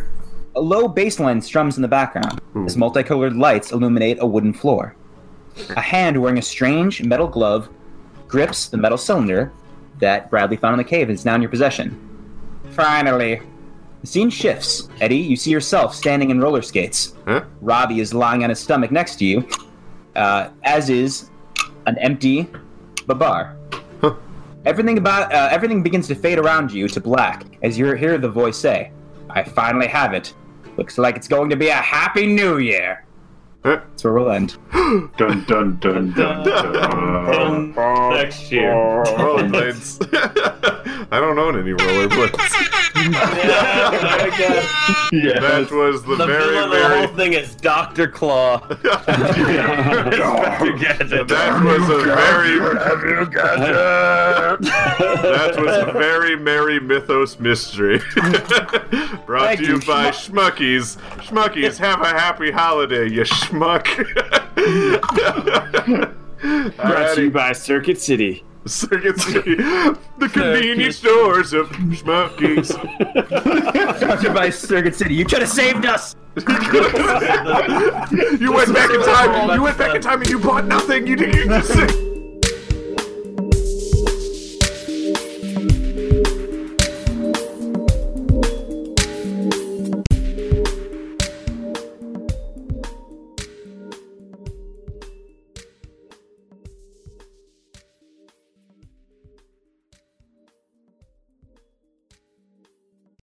A low bass line strums in the background as
Hmm.
multicolored lights illuminate a wooden floor. A hand wearing a strange metal glove grips the metal cylinder that Bradley found in the cave and is now in your possession. Finally. The scene shifts. Eddie, you see yourself standing in roller skates.
Huh?
Robbie is lying on his stomach next to you, uh, as is an empty babar.
Huh.
Everything about uh, everything begins to fade around you to black as you hear the voice say, "I finally have it. Looks like it's going to be a happy new year."
Huh.
That's where we'll end.
Dun dun dun dun. dun.
Next year.
[laughs] rollerblades. [laughs] I don't own any rollerblades.
yeah.
That was the,
The
very,
villain of the
very.
whole
[laughs]
thing is Dr. Claw. Inspector Gadget.
That was a very. That was a very merry mythos mystery. [laughs] Brought
Thank
to you
you,
by Schmuckies. Schmuckies, have a happy holiday, you schmuck.
Brought to you
Alrighty.
by Circuit City.
Circuit City, the convenience stores of Schmuckies.
by Circuit City, you could have saved us.
you went back in time. You went back in time and you bought nothing. You didn't. You just.